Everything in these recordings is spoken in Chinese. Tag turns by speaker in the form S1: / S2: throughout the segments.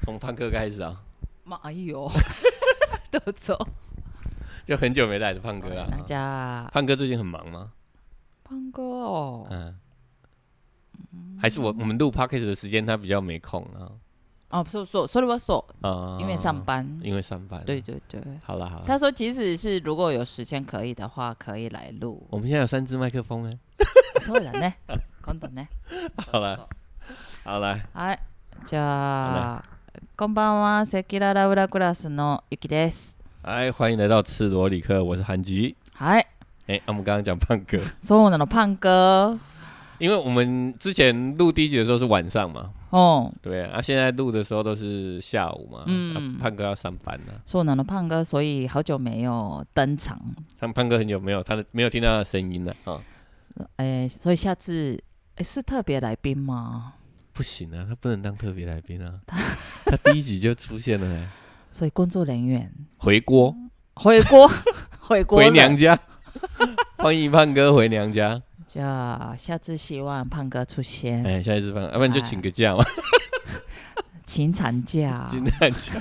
S1: 从翻哥开始啊，
S2: 妈 哟，都走。
S1: 就很久没来的胖哥啊
S2: 大。家，
S1: 胖哥最近很忙吗？
S2: 胖哥哦，
S1: 嗯，还是我
S2: 嗯
S1: 我们录 podcast 的时间他比较没空啊
S2: 哦，そうそう、それはそう、
S1: 啊，
S2: 因为上，班。
S1: 因为上班，啊
S2: 对，对对，
S1: 好了好了，
S2: 他说即使是如果有时间可以的话，可以来 录。
S1: 我们现在有三支麦克风 哎，
S2: そうだね。今度ね。
S1: 好了好了，
S2: はい。じゃあ、こんばんは、セキララウラクラスのゆきです。
S1: 哎，欢迎来到赤裸里克，我是韩吉。
S2: はい。
S1: 哎、啊我们刚刚讲胖哥，
S2: そうなの、パン 哥。
S1: 因为我们之前录第一集的时候是晚上嘛，
S2: うん。
S1: 对啊，啊现在录的时候都是下午嘛，
S2: 嗯
S1: 啊胖哥要上班了、
S2: そうなの、パン哥。所以好久没有登场。
S1: 他胖哥很久没有他的没有听到他的声音了啊，
S2: 哎、所以下次、哎是特别来宾吗？
S1: 不行啊，他不能当特别来宾啊， 他第一集就出现了、欸，
S2: 所以工作人员
S1: 回锅
S2: 回国 回国
S1: 回娘
S2: 了。
S1: 家，欢迎胖哥回娘家，
S2: じゃあ下次希望胖哥出现，
S1: 哎、下一次胖，要、不然就请个假嘛，
S2: 请产假。
S1: 今天 假。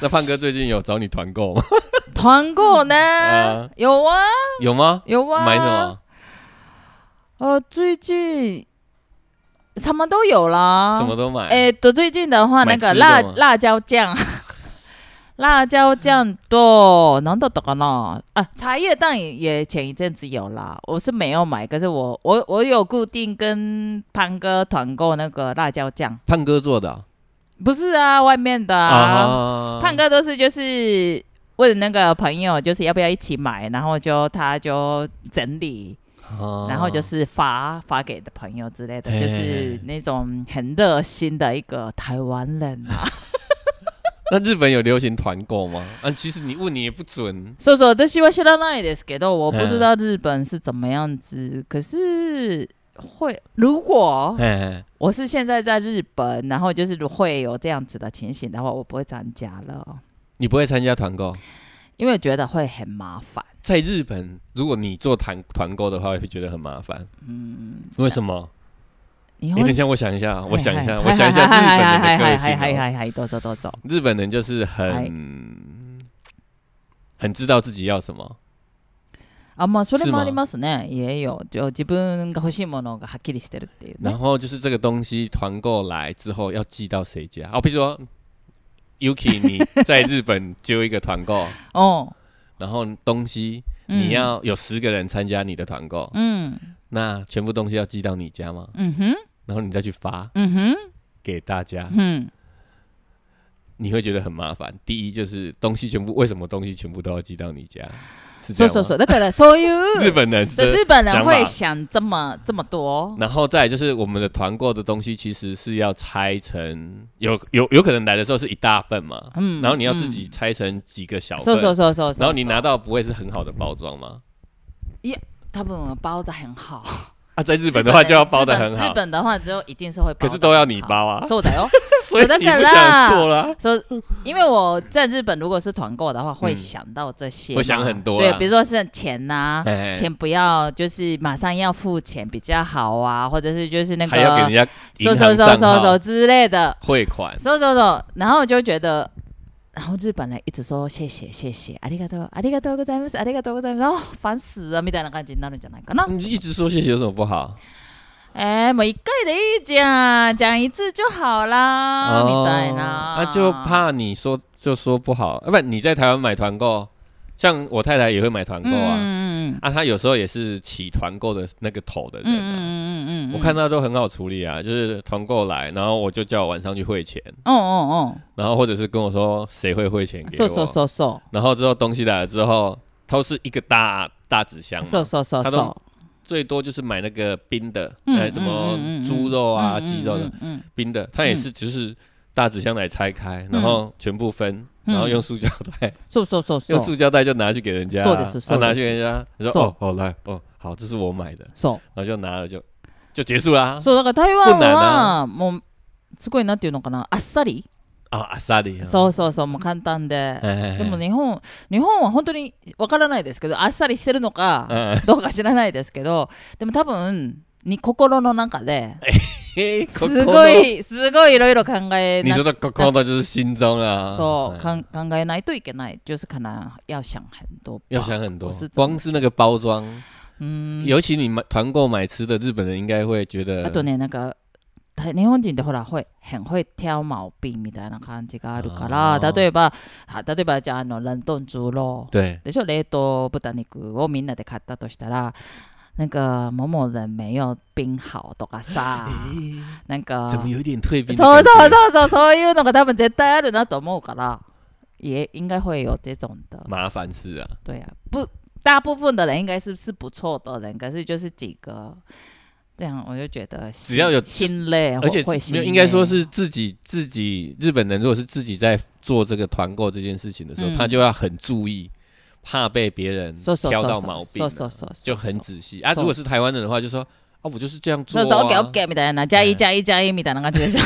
S1: 那胖哥最近有找你团购吗？
S2: 团购呢
S1: 啊？
S2: 有啊，
S1: 有吗？
S2: 有啊。
S1: 买什？么？
S2: 呃，最近什么都有啦。
S1: 什么？都买。
S2: 哎，对，最近的话，
S1: 买
S2: 那
S1: 吃的
S2: 个辣
S1: 吗
S2: 辣 椒酱。辣椒酱多，难道懂了啊？茶叶蛋也也前一阵子有啦，我是没有买，可是我我我有固定跟潘哥团购那个辣椒酱，
S1: 胖哥做的啊
S2: 不是啊，外面的啊。
S1: 啊
S2: 胖哥都是就是问那个朋友，就是要不要一起买，然后就他就整理，
S1: 啊
S2: 然后就是发发给的朋友之类的，
S1: 嘿
S2: 就是那种很热心的一个台湾人啊。
S1: 那日本有流行团购吗？啊，其实你问你也不准。
S2: 所以说，但是我知道那里的 s c h 我不知道日本是怎么样子，可是。会，如果
S1: 哎，
S2: 我是现在在日本，然后就是会有这样子的情形的话，我不会参加了，
S1: 你不会参加团购？
S2: 因为觉得会很麻烦。
S1: 在日本，如果你做团团购的话，会觉得很麻烦。
S2: 嗯，
S1: 为什么？
S2: 你
S1: 你
S2: 会
S1: 等一下，我想一下，啊我想一下，我
S2: 嗨
S1: 想一下日
S2: 嗨嗨
S1: 本人的
S2: 嗨
S1: 个
S2: 嗨嗨
S1: 性哦。
S2: 嗨嗨，多走多走。
S1: 日本人就是
S2: 嗨
S1: 很很知道自己要什么。
S2: あ、まあそれ
S1: 是
S2: も
S1: 吗
S2: ありますね。也有，就自分が欲しいものがはっきりしてるっていうね
S1: 然。后就是这个东西团购来之后要寄到谁家？哦，比如说 Yuki，你 在日本揪一个团购，
S2: 哦，
S1: 然后东西
S2: 嗯
S1: 你要有十个人参加你的团购，
S2: 嗯
S1: 那全部东西要寄到你家吗？
S2: 嗯哼
S1: 然后你再去发
S2: 嗯哼
S1: 给大家，
S2: 嗯
S1: 你会觉得很麻烦。第一就是东西全部，为什么东西全部都要寄到你家？是这
S2: そう
S1: 样吗？
S2: そうそう。だからそうい
S1: 日
S2: う、
S1: 本人
S2: そう
S1: 的
S2: 日本人
S1: 想法
S2: 会想这么这么多。
S1: 然后再来就是我们的团购的东西，其实是要拆成有有有可能来的时候是一大份嘛，
S2: 嗯
S1: 然后你要自己拆成几个小份，
S2: そうそうそうそうそう。
S1: 然后你拿到不会是很好的包装吗？
S2: 多分包的很好。
S1: 啊，在日本的话就要包的很
S2: 日本
S1: 好
S2: 日，本的话就一定是会包得很好。
S1: 可是都要你包啊，
S2: そうだよ。
S1: 所以你不想做啦。
S2: 所以，因为我在日本如果是团购的话，会
S1: 嗯
S2: 想到这些嘛，
S1: 会想很多
S2: 对
S1: 啦，
S2: 比如说是钱呐、
S1: 哎
S2: 钱不要，就是马上要付钱比较好啊，或者是就是那
S1: 还要给人
S2: 个
S1: 家银
S2: 收收
S1: 行
S2: 收
S1: 账
S2: 收收
S1: 号
S2: 之类的，
S1: 汇款，
S2: 收收收，然后就觉得，然后日本人一直说谢谢谢谢，啊ありがとうありがとうございますありがとうございます，哦，烦死了，みたいな感じになるんじゃないかな。
S1: 你一直说谢谢有什么不好？
S2: 哎，每一回的一讲，讲一次就好啊啦，みたいな。
S1: 那哦啊就怕你说就说不好，啊，不，你在台湾买团购，像我太太也会买团购啊。
S2: 嗯嗯
S1: 啊，他有时候也是起团购的那个头的
S2: 嗯
S1: 人、啊，
S2: 嗯嗯嗯，
S1: 我看到都很好处理啊，就是团购来，然后我就叫我晚上去汇钱，
S2: 哦哦
S1: 然后或者是跟我说谁会汇钱
S2: 哦，
S1: 给
S2: 瘦
S1: 我，
S2: 瘦瘦瘦
S1: 然后之后东西来了之后，都是一个大大纸箱
S2: 瘦
S1: 嘛，
S2: 瘦瘦
S1: 他
S2: 瘦
S1: 都，最多就是买那个冰的，
S2: 嗯
S1: 哎、什么
S2: 嗯嗯嗯嗯
S1: 猪肉啊、
S2: 嗯
S1: 鸡肉的、，
S2: 嗯
S1: 冰的，他也是就是大纸箱来拆开，然后全部分。然
S2: 嗯
S1: 后用塑胶袋，
S2: 瘦瘦瘦 瘦
S1: 用塑胶袋就拿去给人家、
S2: 瘦
S1: 啊
S2: 的是，
S1: 他
S2: 瘦的
S1: 拿去
S2: 是
S1: 人家，你说
S2: 瘦
S1: 哦哦来哦好，这是我买的，
S2: 瘦
S1: 然后就拿了就就结束啦。
S2: そうだから台
S1: 不
S2: 湾
S1: 難
S2: は
S1: な
S2: もうすごいなんていうのかなあっさり
S1: 啊，阿萨里，
S2: そうそうそうもう簡単で
S1: 哎，
S2: でも日本日本は本当にわからないですけどあっさりしてるのか
S1: 嗯，
S2: どうか知らないですけどでも多分に心の中で
S1: 嘿
S2: すご。いすごいいろいろ考え
S1: 你
S2: な
S1: 说的 “coco” 就是心中啊，
S2: そう
S1: 哎
S2: 考考えないといけない。就是可能要想很多。
S1: 要想很多
S2: 我是，这么
S1: 光是那个包装，
S2: 嗯。啊
S1: 尤其你买团购买吃的，日本人应该会觉得
S2: あとね、なんか、た日本人ってほら、ほい、変ほい、挑毛病みたいな感じがあるから、
S1: あー
S2: 例えば、あ例えばじゃあ、あの、冷凍猪肉
S1: 对
S2: でしょ、冷凍豚肉をみんなで買ったとしたら、なんか、某某人没有冰好とかさ、なんか、
S1: 怎么有一点退兵的
S2: そ
S1: 感
S2: う
S1: 觉？
S2: そうそうそう、そういうのが多分絶対あるなと思うから、也应该会有这种的。
S1: 麻烦事啊，
S2: 对呀、不，大部分的人应该是是不错的人，可是就是几个这样，我就觉得只
S1: 要有
S2: 心累，
S1: 而且
S2: 哎会
S1: 没
S2: 心啊
S1: 有，
S2: 累
S1: 应该说是自己自己日本人，如果是自己在做这个团购这件事情的时候，
S2: 嗯
S1: 他就要很注意，怕被别人
S2: 说说
S1: 挑
S2: 说
S1: 到
S2: 说
S1: 毛病
S2: 说
S1: 啊，
S2: 说说
S1: 就很仔细啊。
S2: 说
S1: 如果是台湾人的话，就说啊，我就是这样做
S2: 说说 OK
S1: 啊。
S2: OK みたいな加一加一加一みたいな感じでしょ。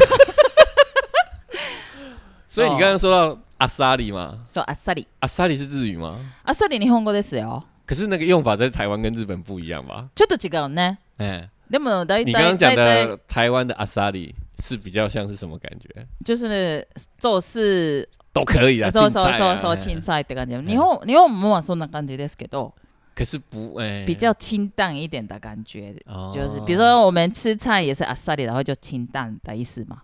S1: 所以你刚刚说
S2: 哦
S1: 到阿萨里嘛，
S2: そうあっさり
S1: 阿萨里是日语吗？
S2: あっさり日本語ですよ。
S1: 可是那个用法在台湾跟日本不一样吧？
S2: ちょっと違うね。
S1: 哎，
S2: でも大体
S1: 你刚刚讲
S2: 大体
S1: 的台湾的阿萨里是比较像是什么感觉？
S2: 就是做事
S1: 都可以啊，
S2: そ
S1: 青
S2: うそう
S1: 菜
S2: そう
S1: 啊
S2: そう
S1: 哎
S2: 小さいって感じ。日本日本もまあそんな感じですけど、
S1: 可是不哎，
S2: 比较清淡一点的感觉。
S1: 哦
S2: 就是比如说我们吃菜也是阿っさり，然后就清淡的意思嘛。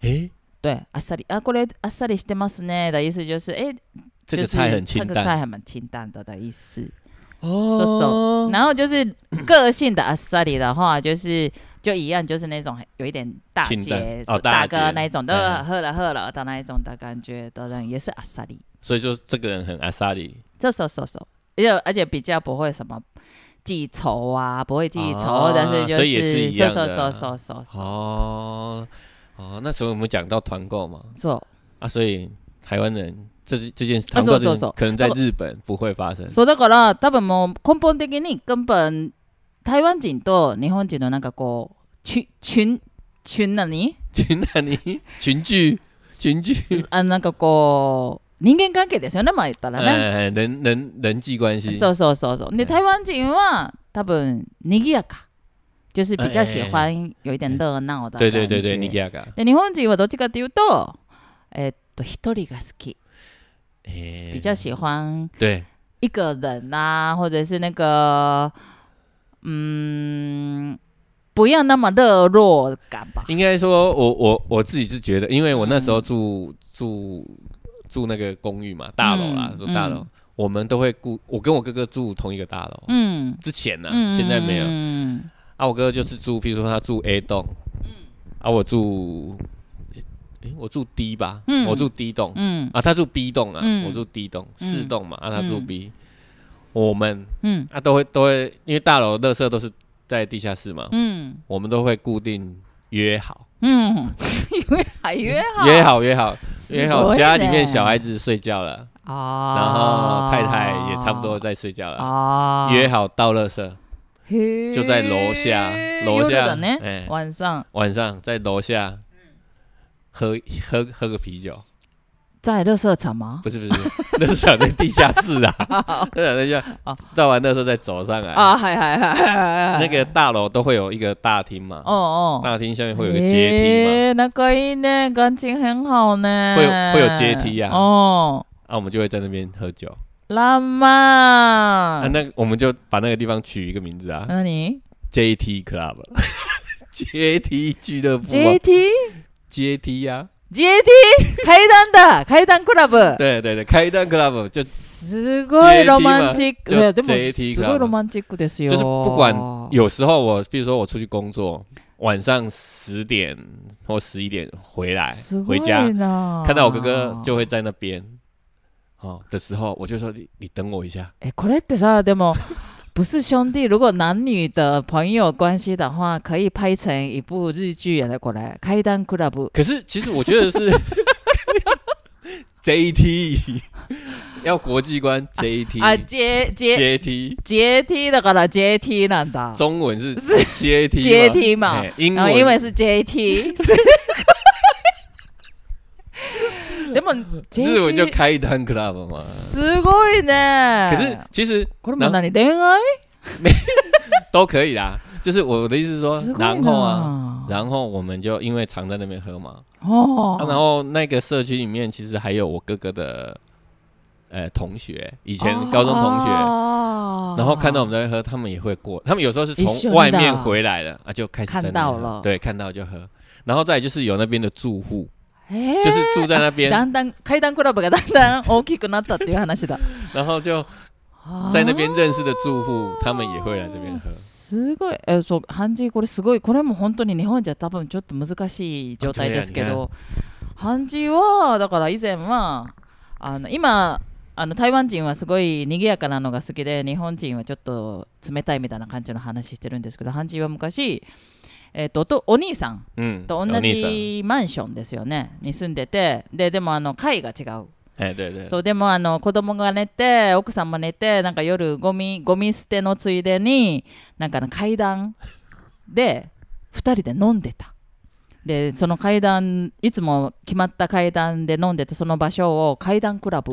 S1: 哎，
S2: 对，阿っさり啊，これ阿っさりしてますね的意思就是，哎，
S1: 这
S2: 就
S1: 个
S2: 是
S1: 菜很清
S2: 这个
S1: 淡
S2: 菜还蛮清淡的的意思。
S1: 哦
S2: 然后就是个性的阿っさり的话，就是就一样，就是那种有一点大
S1: 清淡
S2: 姐、
S1: 哦大
S2: 大
S1: 姐
S2: 哥那一种的，
S1: 嗯
S2: 喝了喝了的那一种的感觉的人，也是阿っさり。
S1: 所以就这个人很阿萨里，
S2: 这手手手，而且而且比较不会什么记仇啊，不会记仇，
S1: 啊
S2: 但是就
S1: 所以也是一样
S2: 手
S1: 的
S2: 手手手手
S1: 哦哦，那时候我们讲到团购嘛，
S2: 手。
S1: 啊，所以台湾人这这件事，
S2: 啊
S1: 团购
S2: 是
S1: 这
S2: 是是
S1: 件可能在日本不会发生，
S2: そうだから多分もう根本的に根本台湾人と日本人のなんかこうちゅちゅんちゅんなに
S1: 群男 你群聚群聚，
S2: あなんかこう人間関係ですよねまあ言ったらね、
S1: 哎，人人人际关系，
S2: そうそうそうそう
S1: ね
S2: で台湾人は多分にぎやか就是比较喜
S1: 哎
S2: 欢有一点热闹的
S1: 对对对对，
S2: 感
S1: 你给
S2: 觉
S1: 他
S2: で日本人はどっちかというとえっと一人が好き
S1: 哎
S2: 比较喜欢
S1: 对，
S2: 一个人呐、或者是那个，嗯，不要那么热络感吧。
S1: 应该说我我我自己是觉得，因为我那
S2: 嗯
S1: 时候住住住那个公寓嘛，大楼啦
S2: 嗯，
S1: 住大楼
S2: 嗯，
S1: 我们都会顾，我跟我哥哥住同一个大楼，
S2: 嗯
S1: 之前呢
S2: 嗯，，
S1: 现在没有。
S2: 嗯
S1: 啊，我哥哥就是住，譬如说他住 A 栋，啊，我住，诶、诶我住 D 吧，
S2: 嗯
S1: 我住 D 栋，
S2: 嗯
S1: 啊，他住 B 栋啊，
S2: 嗯
S1: 我住 D 栋，
S2: 嗯
S1: 四栋嘛，啊，他住
S2: 嗯
S1: B，、我们
S2: 嗯
S1: 啊都会都会，因为大楼垃圾都是在地下室嘛，
S2: 嗯
S1: 我们都会固定约好，
S2: 嗯，因为还约好
S1: 约好约好
S2: すごい
S1: 约
S2: ね
S1: 好，家里面小孩子睡觉了，
S2: 啊，
S1: 然后太太也差不多在睡觉了，
S2: 啊，
S1: 约好倒垃圾，
S2: 嘿
S1: 就在楼下楼下
S2: 夜的呢
S1: 哎
S2: 晚上
S1: 晚上在楼下
S2: 嗯
S1: 喝喝喝个啤酒。
S2: 在热色场吗？
S1: 不是不是，那是想在地下室 啊，那是想在下，
S2: 哦
S1: 到完那时候再走上来。
S2: 啊，还还还还
S1: 哎那个大楼都会有一个大厅嘛，
S2: 哦哦，
S1: 大厅下面会有个阶梯嘛，
S2: 欸那个一呢，感情很好呢，
S1: 会有会有阶梯呀
S2: 哦，
S1: 啊，我们就会在那边喝酒
S2: 浪
S1: 啊，
S2: 漫。
S1: 那个我们就把那个地方取一个名字啊
S2: 那你
S1: ，JT Club，阶梯俱乐部啊
S2: 阶，梯
S1: 阶梯啊呀，
S2: 阶梯階段だ階段クラブ。
S1: 对对对，开一段 Club 就。
S2: すごいロマンチック。
S1: 阶梯は
S2: いやでも
S1: 阶梯
S2: す
S1: クラブ
S2: ごいロマンチックですよ。
S1: 就是不管有时候我，比如说我出去工作，晚上十点或十一点回来
S2: すご
S1: 回
S2: い
S1: 家，
S2: な
S1: 看到我哥哥就会在那边，哦的时候，我就说你你等我一下，
S2: えこれってさでも不是兄弟，如果男女的朋友关系的话，可以拍成一部日剧耶。过来，开单クラブ。
S1: 可是其实我觉得是 JT 要国际观 JT
S2: 啊，阶阶
S1: JT
S2: 阶梯だから阶梯なんだ。
S1: 中文是 JT 吗
S2: 阶梯嘛
S1: 哎英
S2: 然后因为
S1: 文
S2: 是阶 梯，でも阶
S1: 日文就
S2: 梯
S1: 开一单 club 嘛。
S2: すごいね。
S1: 可是其实
S2: これも何恋愛？
S1: 都可以啦，就是我的意思是说，
S2: すごい
S1: 然后啊，
S2: な。
S1: 然后我们就因为常在那边喝嘛，
S2: 哦
S1: 啊，然后那个社区里面其实还有我哥哥的呃同学，以前高中同学，
S2: 哦
S1: 然后看到我们在喝，他们也会过，他们有时候是
S2: 一瞬
S1: 从
S2: 的
S1: 外面回来了啊，就开始在那
S2: 啊看
S1: 边
S2: 到
S1: 喝
S2: 了
S1: 对，看到就喝，然后再来就是有那边的住户，
S2: え
S1: 就是住在那
S2: だ
S1: 边，
S2: んだん階段クラブがだんだん大きくなったっていう話だ
S1: 然后就
S2: 啊
S1: 在那边认识的住户，他们也会来这边
S2: 哦
S1: 喝。
S2: すごいえそうハンジーこれすごいこれも本当に日本じゃ多分ちょっと難しい状態ですけ
S1: あそうや
S2: どハンジーはだから以前はあの今あの台湾人はすごい賑やかなのが好きで日本人はちょっと冷たいみたいな感じの話してるんですけどハンジーは昔、えっとおとお兄さん
S1: 嗯，
S2: と
S1: 有
S2: 同
S1: 逆さ
S2: じマンションですよねに住んでてででもあの階が違う
S1: 哎，对对，
S2: そうでもあの子供が寝て奥さんも寝てなんか夜ゴミゴミ捨てのついでになんかあの階段で2人で飲んでたでその階段いつも決まった階段で飲んでてその場所を階段クラブ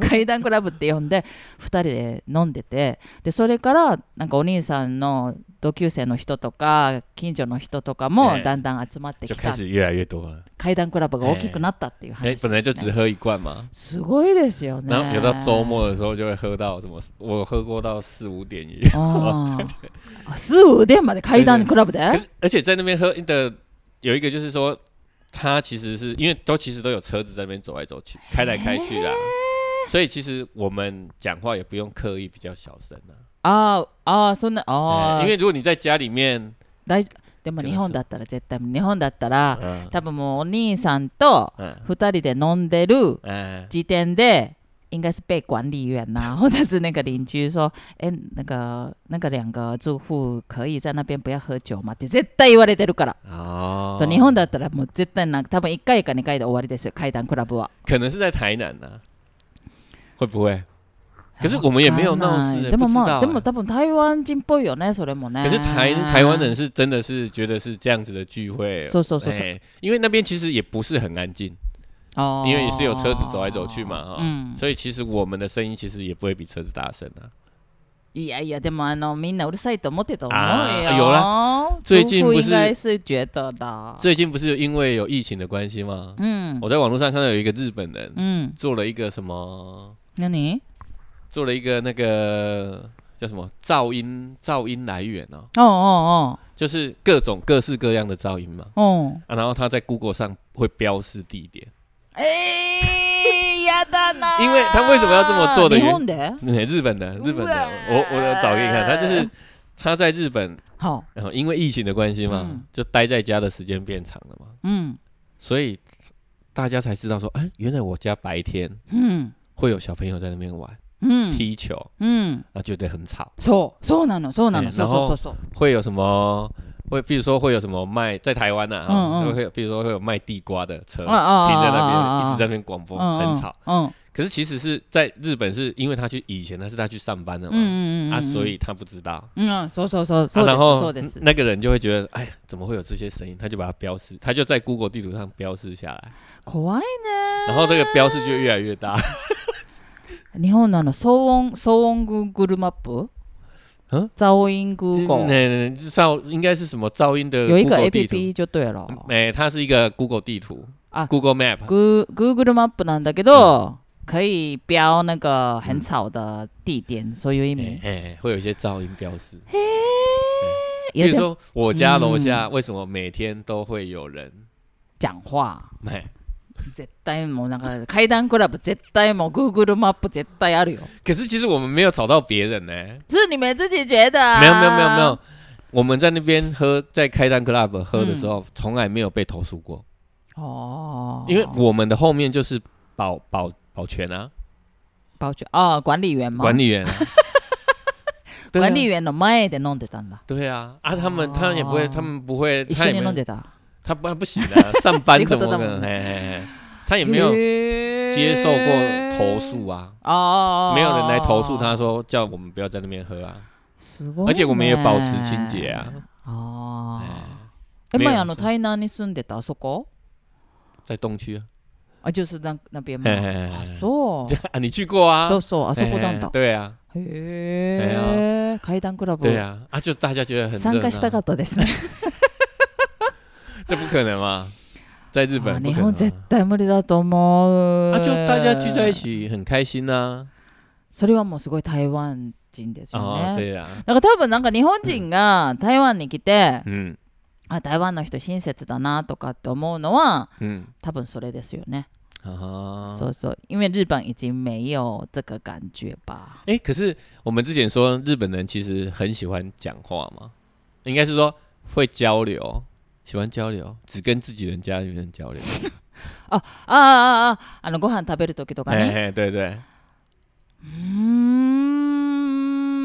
S2: 階段クラブって呼んで2人で飲んでてでそれからなんかお兄さんの同級生の人とか近所の人とかも
S1: ええ
S2: だんだん集まって
S1: 就
S2: き
S1: 开
S2: た、
S1: 始越来越多了。
S2: 階段クラブが大きくなったっていう話
S1: 哎，
S2: です、
S1: 本来
S2: ね
S1: 就只喝一罐嘛，
S2: すごいですよね
S1: 然后有到周末的时候就会喝到什么，我喝过到四五点也。
S2: あーあすぐ腕まで階段クラブで
S1: 可是而且在那边喝的有一个就是说，他其实是因为都其实都有车子在那边走来走去，开来开去啦，所以其实我们讲话也不用刻意比较小声啊。
S2: あーあーそんな
S1: 哎
S2: あー
S1: 因为如果你在家里面，
S2: 大丈夫でも日本だったら絶対日本だったら
S1: 嗯
S2: 多分もうお兄さんと
S1: 嗯
S2: 二人で飲んでる
S1: 哎，
S2: 時点で应该是被管理员呐、或者是那个邻居说，哎、那个那个两个住户可以在那边不要喝酒嘛って絶対言われてるから。
S1: 哦
S2: そう日本だったらもう絶対なんか多分一回か二回で終わりですよ階段クラブは。
S1: 可能是在台南呐、会不会？可是我们也没有闹事、
S2: わかんない
S1: 欸，
S2: で
S1: 不
S2: も
S1: 知
S2: ま
S1: 道、
S2: あ、でも多分台湾人っぽいよね、それもね。
S1: 可是台台湾人是真的是觉得是这样子的聚会，
S2: そうそうそう。
S1: 哎因为那边其实也不是很安静，
S2: 哦
S1: 因为也是有车子走来走去嘛，哈、
S2: うん。
S1: 所以其实我们的声音其实也不会比车子大声啊。
S2: いやいや、でもあの、みんなうるさいと思ってたと思うよ。
S1: あ有啦最近不
S2: 祖父应
S1: 是
S2: 该是觉得的。
S1: 最近不是因为有疫情的关系吗？
S2: 啊嗯
S1: 我在网络上看到有一个日本人
S2: 嗯，
S1: 做了一个什么，
S2: 那你
S1: 做了一个那个叫什么噪音噪音来源哦，
S2: 哦哦
S1: 就是各种各式各样的噪音嘛。
S2: 哦哦，
S1: 啊，然后他在 Google 上会标示地点，
S2: 哎，やだな。
S1: 因为他为什么要这么做的
S2: 日
S1: 原
S2: 本で？
S1: 嗯日本的日本的，我我找给你看，他就是他在日本，
S2: 好，
S1: 然后因为疫情的关系嘛，
S2: 嗯
S1: 就待在家的时间变长了嘛，
S2: 嗯
S1: 所以大家才知道说，哎、原来我家白天
S2: 嗯
S1: 会有小朋友在那边玩、
S2: 嗯
S1: 踢球，
S2: 嗯，
S1: 啊，觉得很吵，
S2: そうそうなのそうな
S1: え
S2: のそう
S1: 然
S2: そ
S1: 后
S2: うそうそう。
S1: 会有什么？会，比如说会有什么卖在台湾呐、啊，
S2: 嗯嗯
S1: 会有，比如说会有卖地瓜的车
S2: 啊啊啊
S1: 停在那
S2: 啊啊啊
S1: 边，
S2: 啊
S1: 一直在那边广播，
S2: 嗯
S1: 很吵。。
S2: 嗯
S1: 可是其实是在日本，是因为他去以前他是他去上班的
S2: 嗯
S1: 嘛，
S2: 嗯嗯嗯。
S1: 啊，所以他不知道。
S2: 嗯，そうそうそうそ
S1: 啊、
S2: うで
S1: 然
S2: す
S1: 后
S2: そうです。
S1: 那个人就会觉得，哎呀，怎么会有这些声音？他就把它标示，他就在 Google 地图上标示下
S2: 啊
S1: 来，
S2: 怖いね。
S1: 然后这个标示就越来越大。
S2: 日本のあの騒音騒音グーグルマップ？
S1: 嗯
S2: 噪 音 Google
S1: 嗯，噪应该是什么噪音的
S2: 有一个
S1: Google
S2: A
S1: 地
S2: P
S1: 图？
S2: P 就对了。
S1: 哎、它是一个 Google 地图
S2: 哦啊
S1: ，Google Map。
S2: Goo Google マップなんだけど、可以标那个很吵的地点，所以有一
S1: 哎
S2: 名。、
S1: 哎会有一些噪音标示，
S2: 嘿，
S1: 比如
S2: 有点嗯
S1: 说我家楼下为什么每天都会有人哎
S2: 讲话。
S1: 买？
S2: 絶対もうなんか階段クラブ絶対もう Google マップ絶対あるよ。
S1: 可是其实我们没有吵到别人呢、
S2: 是你们自己觉得、啊？
S1: 没有没有没有没有，我们在那边喝，在开单 club 喝的时候，从来没有被投诉过，
S2: 嗯哦，
S1: 因为我们的后面就是保保保全啊，
S2: 保全哦，管理员嘛，
S1: 管理员、 啊，对啊
S2: 管理员の前で飲んでたんだ。
S1: 对啊啊，他们他也不会，他们不会，
S2: 哦一
S1: 他
S2: 緒
S1: 也
S2: に
S1: 没
S2: 飲ん
S1: 有
S2: でた。
S1: 他不他不行啊，上 班怎么可
S2: 仕事だもん
S1: 能？哎哎哎，他也
S2: 也
S1: 没 有接
S2: 接
S1: 受过投诉啊，
S2: 哦，
S1: 没有人来投诉他说叫我们不要在那边喝啊，
S2: すごいね。
S1: 而且我们也保持清洁啊。
S2: 哦。
S1: 哎
S2: 哎，
S1: 没有
S2: 前あの台南に住んでたあそこ？
S1: 在东区啊，
S2: 啊，就是那那边嘛
S1: 嘿。嘿
S2: 啊
S1: 嘿，嘿
S2: そう。
S1: 啊，你去过啊？
S2: そうそう、あそ
S1: 嘿嘿
S2: こなんだ。
S1: 对啊，
S2: へえ。階段クラブ。
S1: 哦对啊，啊，就大家觉得很热
S2: 参加した
S1: 闹
S2: かったですね。
S1: 这不可能嘛？在日本
S2: あ
S1: 不
S2: 日
S1: 可能
S2: 本
S1: 啊
S2: 絶対無理だと思う。
S1: 啊，就大家聚在一起很开心呐。
S2: それはもうすごい台湾人ですよ
S1: 哦，
S2: ね。
S1: 对呀，
S2: だから多分なんか日本人が台湾に来て、
S1: 嗯
S2: あ台湾の人親切だなとかって思うのは
S1: 嗯
S2: 多分それですよね。
S1: 啊。
S2: そうそう。因为日本已经没有这个感觉吧。
S1: 哎，可是我们之前说日本人其实很喜欢讲话嘛，应该是说会交流，喜欢交流，只跟自己人家里面交流。
S2: あああああのご飯食べる時とか
S1: 哎
S2: ね。
S1: 哎，对对，
S2: うー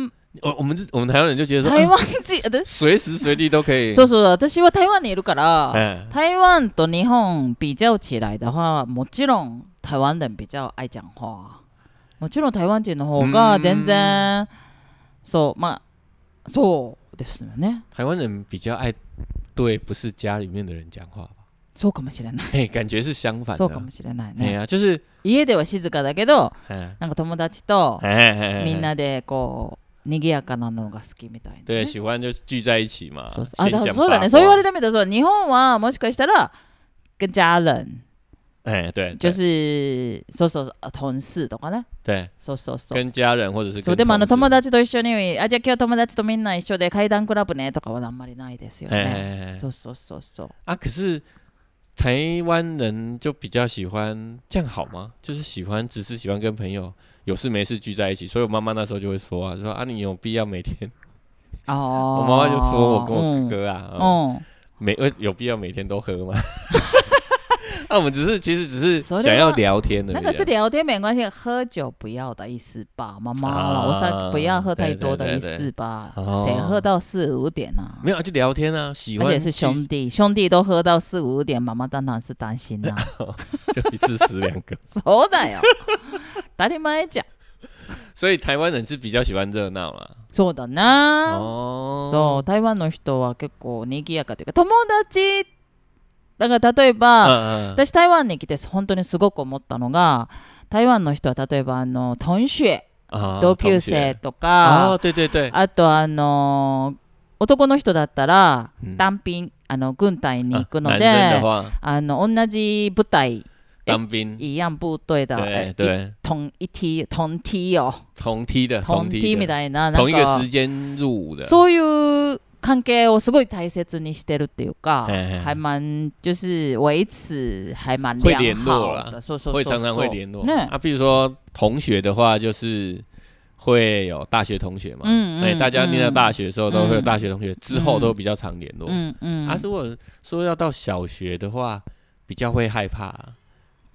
S2: ん。
S1: 我我们这我们台湾人就觉得说
S2: 台
S1: 啊，
S2: 湾人、で
S1: 随时随地都可 以。
S2: そうそう私は台湾にいるから。
S1: 嗯，
S2: 台湾と日本比較起来的话，もちろん台湾人比較愛讲话，もちろん台湾人の方が全然、そうまあそうですよね。
S1: 台湾人比较爱对不是家里面的人讲话吧？
S2: そうかもしれない。
S1: 嘿，感觉是相反的
S2: そう
S1: 啊
S2: か。もしれない
S1: 哎
S2: ね。
S1: 呀，就是
S2: 家では静かだけど、
S1: 嗯，
S2: なんか友達と
S1: 哎哎哎，哎
S2: みんなでこう賑やかなのが好きみたいなね、
S1: 对，喜欢就是聚在一起嘛。
S2: そうそうあだから
S1: 先讲
S2: そうだ
S1: 八
S2: ね。そう言わ
S1: 卦
S2: れてみたらそう。日本はもしかしたら跟家人、
S1: 哎，对，
S2: 就
S1: 对
S2: 是そうそうそうあ同事とかね。
S1: 对，
S2: そうそうそう。
S1: 跟家人或者是
S2: そ
S1: 跟
S2: うでもあの友
S1: 同事
S2: 達と一緒にあじゃあ今日友達とみんな一緒で階段クラブねとかはあんまりないですよ
S1: 哎
S2: ね。
S1: 哎哎哎
S2: そうそうそう そう。
S1: 啊，可是台湾人就比较喜欢这样好吗？就是喜欢只是喜欢跟朋友有事没事聚在一起，所以我妈妈那时候就会说啊，说啊你有必要每天，
S2: あ
S1: 我
S2: あ。
S1: 妈妈就说我跟
S2: うん
S1: 我哥哥啊，
S2: 哦
S1: 嗯
S2: うん。
S1: 每呃有必要每天都喝 吗？那、我们只是其实只是
S2: それは
S1: 想要聊天啊的，
S2: 那个是聊天没关系，喝酒不要的意思吧，妈妈，
S1: 啊
S2: 我说不要喝太多的意思吧，
S1: 对对对对
S2: 谁喝到四五点啊？
S1: 没有啊就聊天啊，喜
S2: 而
S1: 欢
S2: 且
S1: 聚
S2: 是兄弟，兄弟都喝到四五点，妈妈当然是担心 啦、
S1: 就一次死两个，
S2: そうだよ。当たり前じゃん。
S1: 所以台湾人是比较喜欢热闹啦。
S2: そうだな。そ
S1: 哦
S2: う、台湾の人は結構賑やかというか、友達、だから例え
S1: 嗯
S2: ば、
S1: 嗯嗯
S2: 私台湾に来て本当にすごく思ったのが、台湾の人は例えば、あの、同学、
S1: 啊
S2: 同級生と
S1: 啊，
S2: か、
S1: 对对对，
S2: あとあの、男の人だったら
S1: 嗯、
S2: 単品、あの、軍隊に行くの
S1: 啊男
S2: で、
S1: 生的
S2: あ
S1: 话，
S2: の、同じ部隊、
S1: 当兵，
S2: 哎一哎样部隊だ、
S1: 对
S2: え
S1: 对，
S2: 同一梯、同梯よ、
S1: 同梯的，
S2: 同
S1: 梯
S2: 梯
S1: 的
S2: みたいな、なん
S1: 同一个
S2: か
S1: 时、间入伍的，
S2: そういう関係をすごい大切にしてるっていうか、
S1: 嘿嘿
S2: 还蛮就是维持还蛮
S1: 会
S2: 良
S1: 联络
S2: 好
S1: 啦
S2: 的，说说
S1: 会
S2: 说
S1: 常常会
S2: 说
S1: 联络。
S2: 那
S1: 啊，比如说同学的话，就是会有大学同学嘛，
S2: 嗯
S1: 对，
S2: 嗯
S1: 大家念到
S2: 嗯
S1: 大学的时候都会有
S2: 嗯
S1: 大学同学，之后都比较常联络。
S2: 嗯嗯，
S1: 啊，如果说要到小学的话，比较会害怕啊，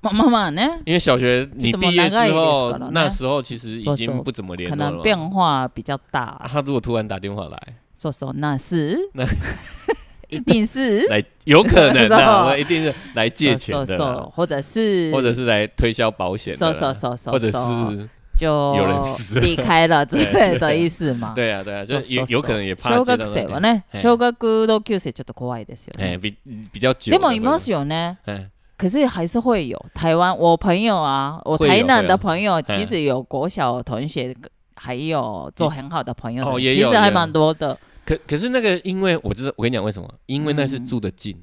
S2: ままあまあね，
S1: 因为小学你
S2: 怎么
S1: 毕业
S2: 难
S1: 之
S2: 以
S1: 后
S2: discuss 了，
S1: 那
S2: 呢
S1: 时候其实已
S2: 说
S1: 经
S2: 说
S1: 不怎么联
S2: 可
S1: 络了
S2: 能
S1: 嘛。
S2: 变化比较
S1: 啊，
S2: 大，
S1: 他如果突然打电话来，
S2: 说说那是
S1: 那
S2: 一 定是
S1: 来有可能
S2: 是哦
S1: 啊，我一定是哦来借钱
S2: 说
S1: 的
S2: 说
S1: 啦啊
S2: 说，或者是
S1: 或者是来推销保险的
S2: 说
S1: 啦，
S2: 说说说，
S1: 或者
S2: 说
S1: 哦是哦
S2: 就
S1: 有人死
S2: 离开了之
S1: 对对
S2: 类的
S1: 对
S2: 意思 嘛。
S1: 对啊对啊，就
S2: 说
S1: 有
S2: 说
S1: 有
S2: 说
S1: 可能也怕
S2: 小
S1: 接
S2: 学
S1: 到那
S2: 生
S1: 种
S2: はね、
S1: 嘿
S2: 小学同級生ちょっと怖いですよ
S1: 哎、
S2: ね。
S1: 比比较久的
S2: で
S1: 会有，
S2: もいますよね。
S1: 哎，
S2: 可是还是会有台湾，我朋友啊，我
S1: 会有
S2: 台南
S1: 会有
S2: 的朋友，
S1: 嗯
S2: 其实有国小同学，还有做很好的朋友的，
S1: 哦也
S2: 其
S1: 有
S2: 实还
S1: 也
S2: 蛮多的。
S1: 可可是那个，因为我知道，我跟你讲为什么？因为那是
S2: 嗯
S1: 住的近，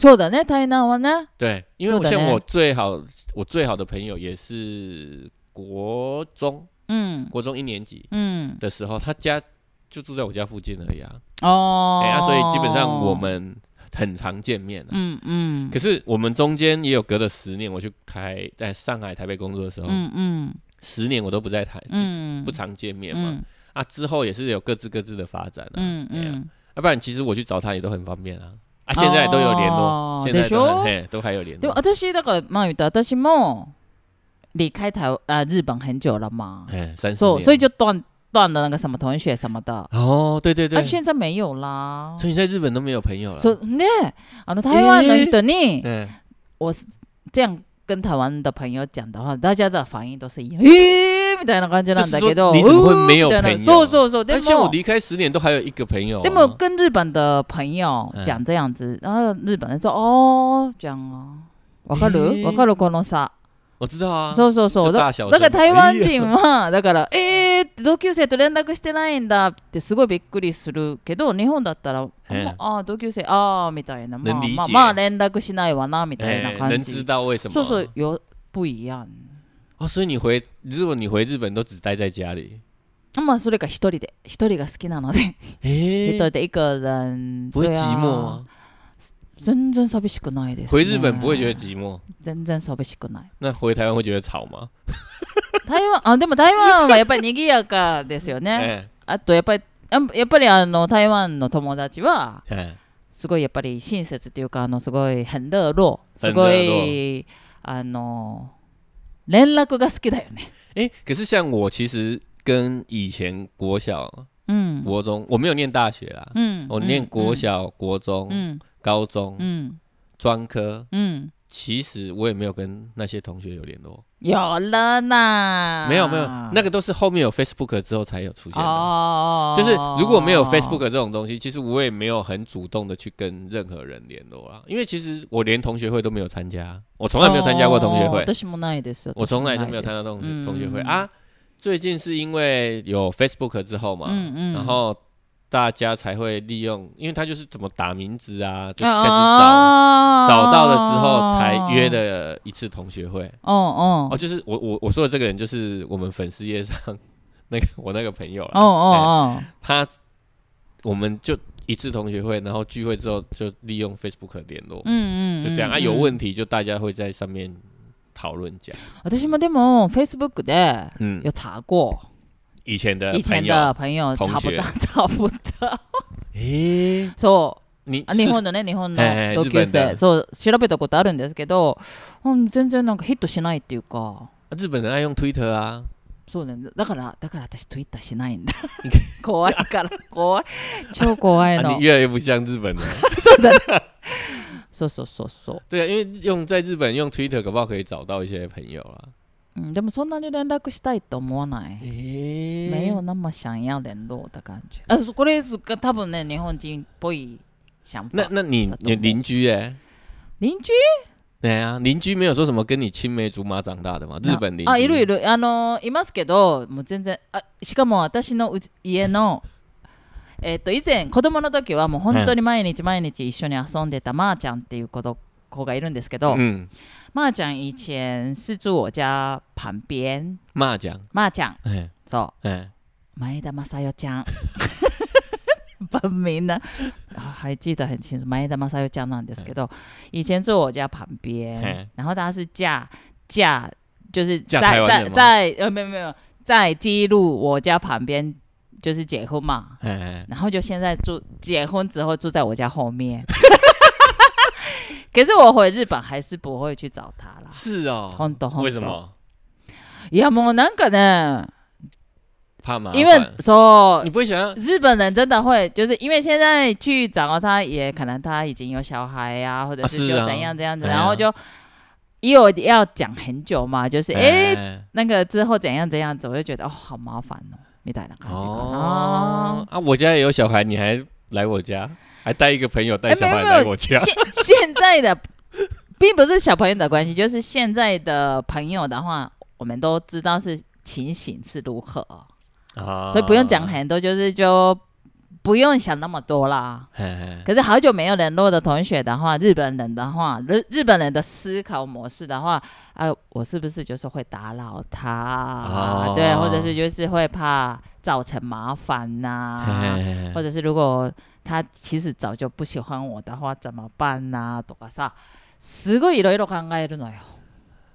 S2: そうだね、台南はね。
S1: 对，因为
S2: 住
S1: 我
S2: 得
S1: 像
S2: 呢
S1: 我最好我最好的朋友也是国中
S2: 嗯
S1: 国中一年级
S2: 嗯，
S1: 的时候，他家就住在我家附近而已啊，
S2: 哦，
S1: 哎、啊，所以基本上我，们很常见面、啊。
S2: 嗯嗯，
S1: 可是我们中间也有隔了十年，我去台在上海、台北工作的时候，
S2: 嗯嗯
S1: 十年我都不在台，
S2: 嗯，
S1: 不常见面嘛。
S2: 嗯
S1: 啊，之后也是有各自各自的发展啊。
S2: 嗯
S1: 哎呀
S2: 嗯，
S1: 要、不然其实我去找他也都很方便啊。啊，现在都有联络，
S2: 哦
S1: 现在
S2: でし
S1: 都
S2: ょ
S1: 很嘿都还有联
S2: でも
S1: 络。
S2: 私だからまあ言った私も离开台啊日本很久了嘛，
S1: 哎，三十
S2: 所
S1: 年。
S2: 所以就断断了那个什么同学什么的，
S1: 哦，对对对，
S2: 啊现在没有啦。
S1: 所以你在日本都没有朋友了。
S2: そうね、あの台湾の人に、
S1: 嗯，
S2: 我是这样跟台湾的朋友讲的话，大家的反应都是一样，えーみたいな感じなんだけど、
S1: 就是说你怎么会没有
S2: うーみたいな
S1: 朋友
S2: そうそうそう、で
S1: 而且我
S2: も、
S1: 离开十年都还有一个朋友、啊。
S2: でも跟日本的朋友讲这样子，然后日本人说哦，这样啊。わかる、
S1: えー
S2: わかるこの差。
S1: 我知道啊，
S2: そうそうそう。
S1: 就
S2: だ
S1: 大小声
S2: だから台湾人は、だから、えーっ同級生と連絡してないんだってすごいびっくりするけど日本だったら、
S1: ええ
S2: ああ同級生ああみたいなまあ
S1: 能理解
S2: まあまあ连絡しないわなみたい
S1: 哎
S2: な
S1: 能
S2: 感
S1: 知
S2: じ、
S1: 道为什么？
S2: そうそうよ不一样
S1: 哦，所以你回日本，你回日本都只待在家里，
S2: まあそれか一人で一人が好きなので一
S1: 哎、
S2: 人で一个人
S1: 不会
S2: 对
S1: 寂
S2: 啊
S1: 寞吗？
S2: 全然寂しくないです、ね、
S1: 回日本不会觉得寂寞，
S2: 全然寂しくない
S1: 那回台湾会觉得吵吗？
S2: 台湾あでも台湾はやっぱり賑やかです よね
S1: 哎
S2: あとやっぱりあんやっぱりあの台湾の友達は
S1: 哎
S2: すごいやっぱり親切というかあのすごい很热絡すごいあの連絡が好きだよね。
S1: 哎，可是像我其实跟以前国
S2: 嗯
S1: 小、
S2: うん。
S1: 国中，我没有念大学啦，
S2: うん。
S1: 我念
S2: 嗯
S1: 国小、国中、
S2: うん。
S1: 高中、
S2: うん。
S1: 专科，
S2: うん。
S1: 其实我也没有跟那些同学有联络，
S2: 有了呢。
S1: 没有没有，那个都是后面有 Facebook 之后才有出现的。
S2: 哦，
S1: 就是如果没有 Facebook 这种东西，其实我也没有很主动的去跟任何人联络啊，因为其实我连同学会都没有参加，我从来没有参加过同学会，
S2: 私もないです。
S1: 我从来就没有参加同学同学
S2: 嗯
S1: 会。啊。最近是因为有 Facebook 之后嘛，
S2: 嗯嗯。
S1: 然后大家才会利用，因为他就是怎么打名字啊，就
S2: 哦
S1: 开始找。
S2: 找
S1: 找到了之后才约。了一次同学会
S2: 哦哦
S1: 哦，就是我我我说的这个人就是我们粉丝页上那个我那个朋友啦
S2: 哦哦
S1: 他我们就一次同学会，然后聚会之后就利用 Facebook 联络
S2: 哦。，嗯嗯。
S1: 就这样啊。有问题就大家会在上面讨论讲。
S2: 私もでも Facebook で
S1: 嗯，
S2: 有查过。
S1: 以前的
S2: 以前
S1: 朋
S2: 的
S1: 友，
S2: 朋友
S1: 同
S2: 查不
S1: 学
S2: 到，查不到。
S1: 诶、
S2: そう。
S1: 你
S2: あ
S1: 是
S2: 日本のね、日本の
S1: ええ
S2: 同級
S1: 日本
S2: 生、
S1: だ
S2: そう、調べたことあるんですけど、うん、全然なんかヒットしないっていうか、
S1: 日本人爱用 Twitter 啊，
S2: そうね、だから、だから私、ツイッターしない んだ。怖いから、怖い。超怖い
S1: 啊
S2: の
S1: 你。越来越不像日本人。
S2: そうそうそうそう。
S1: 对啊，因为用在日本用 Twitter，搞不好可以找到一些朋友啊。
S2: うん、でも、そんなに連絡したいと思わない。
S1: 诶、
S2: 没有那么想要联络的感觉。あ、そうこれすが多分ね、日本人っぽい想
S1: 那
S2: 法。
S1: 那你你邻居哎、
S2: 邻居
S1: 对啊，邻居没有说什么跟你青梅竹马长大的嘛？日本邻居
S2: あいるいるあのいますけどもう全然あしかも私のうち家の えっと以前子供の時はもう本当に毎日毎日一緒に遊んでたまーちゃんっていう子ど子がいるんですけど、
S1: 嗯，
S2: まーちゃん以前是住我家旁边
S1: 骂讲，
S2: まーちゃん
S1: 哎、
S2: そ
S1: 哎、
S2: う前田正代ちゃんばみんなあ啊还记得很清楚前田正代ちゃんなんですけど以前住我家旁边
S1: 嗯，
S2: 然后他是嫁嫁就是
S1: 嫁
S2: 在
S1: 台湾
S2: 在
S1: 人吗
S2: 在呃没有没有在记录我家旁边就是结婚嘛，
S1: 哎哎，
S2: 然后就现在住结婚之后住在我家后面。 可是我回日本还是不会去找他啦。
S1: 是哦，
S2: 本当本当
S1: 为什么？
S2: いやもうなんかね，
S1: 怕麻烦？
S2: 因为呃说
S1: 你不会想要
S2: 日本人真的会，就是因为现在去找到他也可能他已经有小孩呀、或者
S1: 啊
S2: 是
S1: 是
S2: 就
S1: 啊
S2: 怎样怎样子，
S1: 哎呀
S2: 然后就也有要讲很久嘛，就是哎、
S1: 哎
S2: 那个之后怎样怎样子，我就觉得哦好麻烦哦，みたいな感じか
S1: 哦
S2: な。
S1: 啊，我家也有小孩，你还来我家，还带一个朋友带
S2: 哎
S1: 小
S2: 没
S1: 孩
S2: 有
S1: 来
S2: 没
S1: 我
S2: 有，
S1: 家
S2: 现，现在的并不是小朋友的关系，就是现在的朋友的话，我们都知道是情形是如何，
S1: 啊
S2: 所以不用讲很多，就是就不用想那么多啦。
S1: 哎哎
S2: 可是好久没有联络的同学的话，日本人的话，日日本人的思考模式的话，呃，我是不是就是会打扰他？啊
S1: 哦
S2: 对，或者是就是会怕造成麻烦呐、
S1: 哎
S2: 或者是如果他其实早就不喜欢我的话，怎么办呐、とかさ、すごいいろいろ考えるのよ。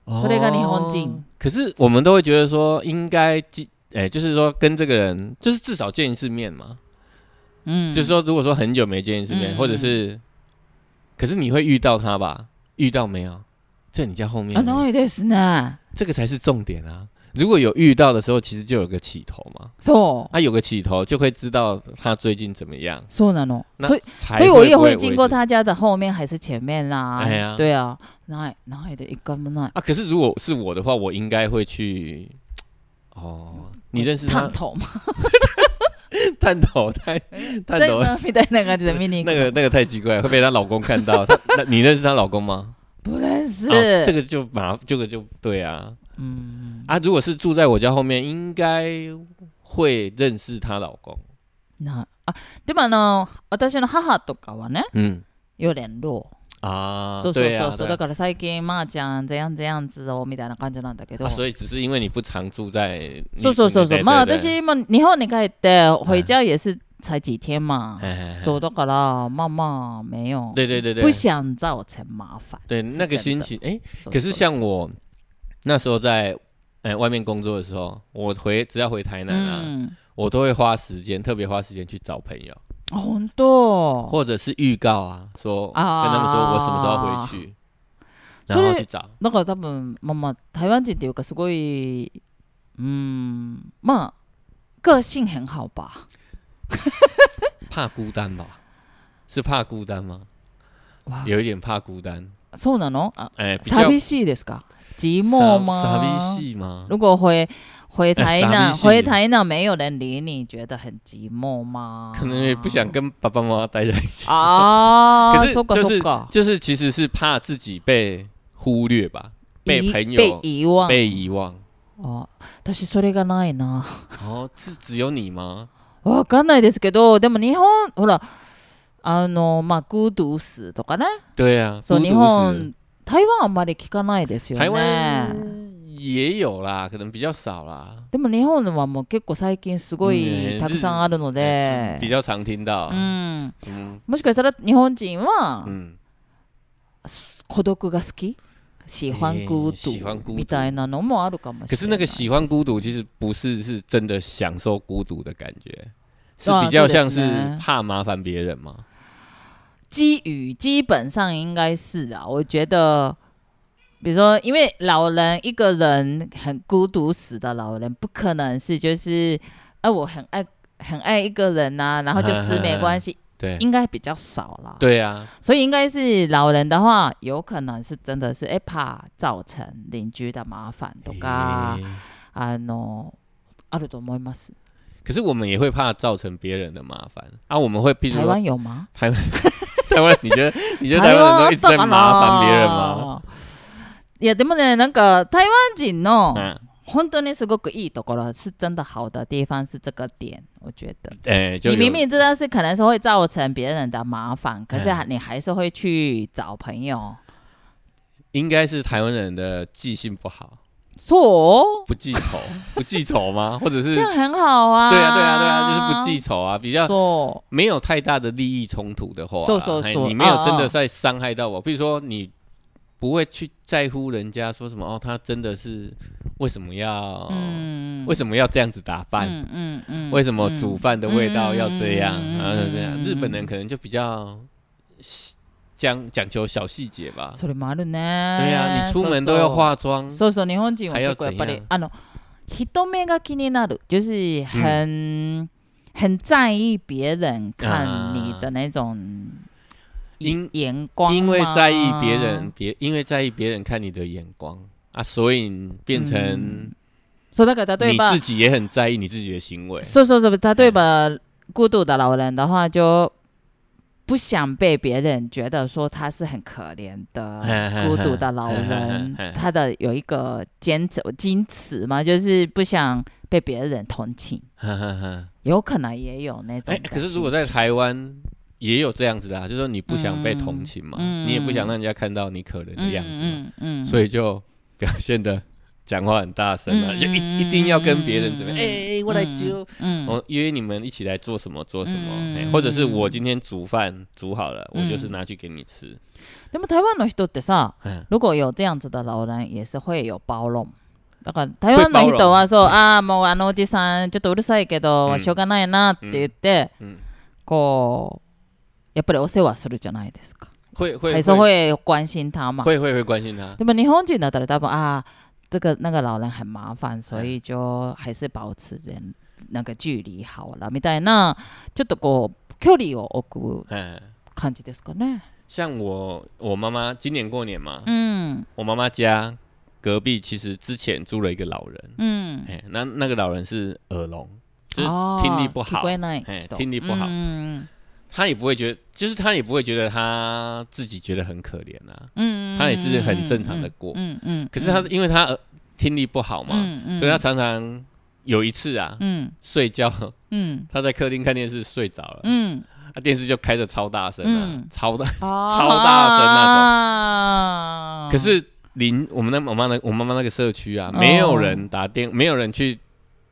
S1: 哦
S2: 所以跟你婚近
S1: 可是我们都会觉得说，应该记，哎，就是说跟这个人，就是至少见一次面嘛。
S2: 嗯，
S1: 就是说，如果说很久没见一次面，
S2: 嗯
S1: 或者是，可是你会遇到他吧？遇到没有？在你家后面
S2: あ
S1: 而已，
S2: の啊ですね。
S1: 这个才是重点啊！如果有遇到的时候，其实就有个起头嘛。
S2: そう。
S1: 啊，有个起头就会知道他最近怎么样。
S2: そうなの。
S1: 那
S2: 所以
S1: 才
S2: 所以我也
S1: 不
S2: 会经过
S1: 维持
S2: 他家的后面还是前面啦、
S1: 哎呀
S2: 对啊，ないないで一回もない。
S1: 啊。可是如果是我的话，我应该会去。哦，你认识他
S2: 探？頭嘛，
S1: 探头太探
S2: 在
S1: 头
S2: 呢みたいな感じで見に 行
S1: 那个
S2: く。
S1: 那个太奇怪，会被她老公看 到。她那你认识她老公吗？
S2: 不认识。
S1: 啊这个就麻，这个就对啊
S2: 嗯，
S1: 啊！如果是住在我家后面，应该会认识她老公。
S2: なあでもあの私の母とかはね
S1: 嗯
S2: 有联络
S1: 啊，
S2: そうそう
S1: 对
S2: そ
S1: 啊
S2: うそ
S1: 对
S2: うだ
S1: 啊
S2: から最近まーちゃん怎样怎样子をみたいな感じなんだけど、
S1: 啊，所以只是因为你不常住在你，
S2: そうそうそうそう
S1: 你
S2: まあ
S1: 对对
S2: 私今日本に帰って回家也是才几天嘛
S1: 哎哎哎
S2: そうだからまあまあ没有
S1: 对对对对
S2: 不，想造成麻烦
S1: 对那个
S2: 是真
S1: 心
S2: 的
S1: 情，哎、
S2: そう
S1: 可是
S2: そう
S1: 像我那时候在哎、外面工作的时候，我回只要回台南啊，
S2: うん
S1: 我都会花时间，特别花时间去找朋友，
S2: あ本当
S1: 或者是预告啊，说跟
S2: 啊
S1: 他们说我什么时候回去，然
S2: 所以
S1: 后去找。
S2: だから多分まあまあ台湾人っていうかすごいうんまあ个性很好吧
S1: 怕孤单吧？是怕孤单吗？
S2: 哇
S1: 有一点怕孤单，
S2: そうなのあ
S1: 哎、比较
S2: 寂しいですか寂寞
S1: 傻
S2: 吗
S1: 傻逼戏吗？
S2: 如果回回台
S1: 傻
S2: 南，
S1: 逼戏
S2: 回台南没有人理你，觉得很寂寞吗？
S1: 可能也不想跟爸爸妈妈待在一起，
S2: 啊。
S1: 可是
S2: 说过
S1: 就是
S2: 说过
S1: 就是其实是怕自己被忽略吧，被
S2: 遗
S1: 朋友
S2: 被遗忘。
S1: 被遗忘。
S2: あ私それがないな。
S1: 哦，是只有你吗？
S2: わかんないですけど、でも日本ほらあのまあ孤独死とかね。
S1: 对啊，
S2: そう
S1: 孤独
S2: 日
S1: 死
S2: 本台湾あんまり聞かないですよ
S1: 台湾
S2: ね。
S1: 也有啦，可能比较少啦，
S2: でも日本はもう結構最近すご
S1: う
S2: い
S1: ん
S2: たくさんあるので
S1: 比、较常听到。
S2: う
S1: 嗯
S2: ん、
S1: 嗯
S2: もしかしたら日本人は。
S1: 嗯，
S2: 孤独が好き喜欢孤
S1: えー喜欢孤
S2: 独
S1: 独
S2: みたいなのもあるかもしれない。
S1: 可是那个喜欢孤独，其实不是是真的享受孤独的感觉，是
S2: 对啊
S1: 比较像
S2: 是的是
S1: 是
S2: 的
S1: 怕麻烦别人嘛。
S2: 基于基本上应该是啊，我觉得，比如说，因为老人一个人很孤独死的老人，不可能是就是，哎、我很爱很爱一个人呐、然后就死 没关系，
S1: 对
S2: 应该比较少啦。，
S1: 对啊，
S2: 所以应该是老人的话，有可能是真的是哎、怕造成邻居的麻烦啊とか
S1: 诶，
S2: あのあると思います。
S1: 可是我们也会怕造成别人的麻烦啊。我们会，譬如
S2: 台
S1: 说
S2: 湾有吗？
S1: 台湾， 台湾，你觉得你觉得台湾人都一直在麻烦别人吗？
S2: いやでもねなんか台湾人哦の
S1: 嗯，
S2: 本当にすごくいいところ是真的好的地方是这个点，我觉得
S1: 哎，就
S2: 你
S1: 有
S2: 明明知道是可能是会造成别人的麻烦，可是
S1: 嗯
S2: 你还是会去找朋友。
S1: 应该是台湾人的记性不好，
S2: そう
S1: 不记 仇，不记仇吗？或者是
S2: 这样很好啊。
S1: 对啊，对啊，对啊，就是不记仇啊，比较
S2: そう
S1: 没有太大的利益冲突的话啊，
S2: 说说
S1: 嘿
S2: 说
S1: 你没有真
S2: 啊啊
S1: 的在伤害到我。比如说，你不会去在乎人家说什么哦，他真的是为什么要、
S2: 嗯
S1: 哦为什么要这样子打扮，
S2: 嗯嗯嗯
S1: 为什么煮
S2: 嗯
S1: 饭的味道要这样，
S2: 嗯嗯嗯
S1: 然后就这样。
S2: 嗯嗯
S1: 日本人可能就比较细讲讲求小细节吧。
S2: それもあるね。
S1: 对呀、你出门都要化妆，
S2: そうそう日本人は
S1: 还要
S2: 結構やっぱ
S1: 怎
S2: り
S1: 样
S2: あの人目が気になる就是很、很在意别人看你的那种
S1: 啊因
S2: 眼光吗，
S1: 因为在意别人，别因为在意别人看你的眼光啊，所以你变成
S2: 嗯そうだから例え
S1: 你
S2: ば
S1: 自己也很在意你自己的行 为。
S2: そうそうそう例え
S1: 哎
S2: ば孤独的老人的话就。不想被别人觉得说他是很可怜的孤独的老人，他的有一个坚持矜持嘛，就是不想被别人同情。
S1: 哈哈哈。
S2: 有可能也有那种
S1: 哎、
S2: 的心情。嗯
S1: 可是如果在台湾也有这样子的啊，就是说你不想被同情嘛，
S2: 嗯嗯
S1: 你也不想让人家看到你可怜的样子嘛，
S2: 嗯嗯嗯
S1: 所
S2: 以
S1: 以就表现的讲话很大声啊，
S2: 嗯
S1: 就
S2: 嗯
S1: 一一定要跟别人怎么样？
S2: 嗯
S1: 哎、我来揪，
S2: 嗯
S1: 我、约你们一起来做什么做什么、
S2: 嗯
S1: 哎
S2: 嗯
S1: 或者是我今天煮饭煮好了，
S2: 嗯
S1: 我就是拿去给你吃。
S2: でも台湾の人ってさ、
S1: 嗯
S2: 如果有这样子的老人，也是会有包容。だから台湾の人はそう、ああ、もうあのおじさん、ちょっとうるさいけど、
S1: うん
S2: しょうがないなって言って、
S1: 嗯，
S2: こう、やっぱりお世話するじゃないですか。
S1: 会会
S2: 还是会关心他嘛。
S1: 会会会关心他。
S2: でも日本人だったら多分、ああ、这个那个老人很麻烦，所以就还是保持人那个距离好了みたいな、ちょっとこう、距離を置く
S1: 嗯，
S2: 感じですかね。
S1: 像我我妈妈今年过年嘛，
S2: 嗯
S1: 我妈妈家隔壁其实之前住了一个老人。
S2: 嗯，
S1: 哎，那那个老人是耳聋，就是
S2: 哦
S1: 听力不好，
S2: 聞こえない
S1: 哎
S2: 人
S1: 听力不好
S2: 嗯
S1: 他也不会觉得，就是他也不会觉得他自己觉得很可怜啊。
S2: 嗯，
S1: 他也是很正常地过 음.
S2: 嗯嗯嗯嗯， 뭐,
S1: 可是他因为他耳听力不好嘛，
S2: 嗯嗯
S1: 所以他常常有一次啊，
S2: 嗯
S1: 睡觉
S2: 嗯
S1: 他在客厅看电视睡着了，
S2: 嗯，
S1: 啊电视就开着超大声啊，
S2: 嗯
S1: 超大。
S2: 超
S1: 大声
S2: 那
S1: 可是邻我们那我妈那我妈妈那个社区
S2: 哦
S1: 啊，没有人打电，没有人去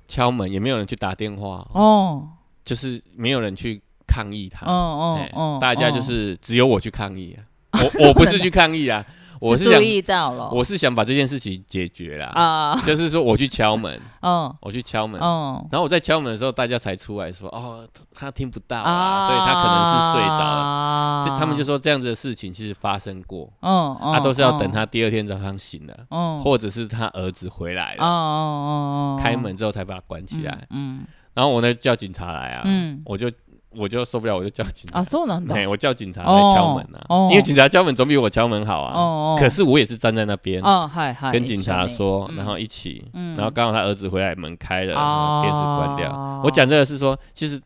S1: 敲门，也没有人去打电话，
S2: 哦，
S1: 就是没有人去抗议他。
S2: 哦哦
S1: 哎
S2: 哦，
S1: 大家就
S2: 哦
S1: 是只有我去抗议啊，我我不是去抗议 啊，我是
S2: 注
S1: 想
S2: 意哦到了，
S1: 我是想把这件事情解决啦，
S2: 啊，
S1: 就是说我去敲门，
S2: 嗯
S1: 我去
S2: 네.
S1: 敲门，
S2: 嗯
S1: 然后我在敲门的时候，大家才出来说哦，他他听不到
S2: 아, 哦
S1: 啊，所以他可能是睡着了。
S2: 了
S1: 这他们就说这样子的事情其实发生过，
S2: 嗯嗯，
S1: 他都是要等他第二天早上醒了，
S2: 嗯，嗯
S1: 或者是他儿子回来
S2: 哦
S1: 了，
S2: 哦哦，
S1: 开门之后才把他关起来。
S2: 嗯
S1: 然后我呢叫警察来啊，
S2: 嗯
S1: 我就我就受不了，我就叫警察
S2: 啊，そうなんだ。
S1: 对，我叫警察来敲门啊，
S2: 哦哦
S1: 因为警察敲门总比我敲门好啊。
S2: 哦
S1: 可是我也是站在那边、
S2: 哦，はいはい。
S1: 跟警察说，
S2: 嗯
S1: 然后一起，
S2: 嗯
S1: 然后刚好他儿子回来，门开了，
S2: 哦
S1: 电视关掉。我讲这个是说，其实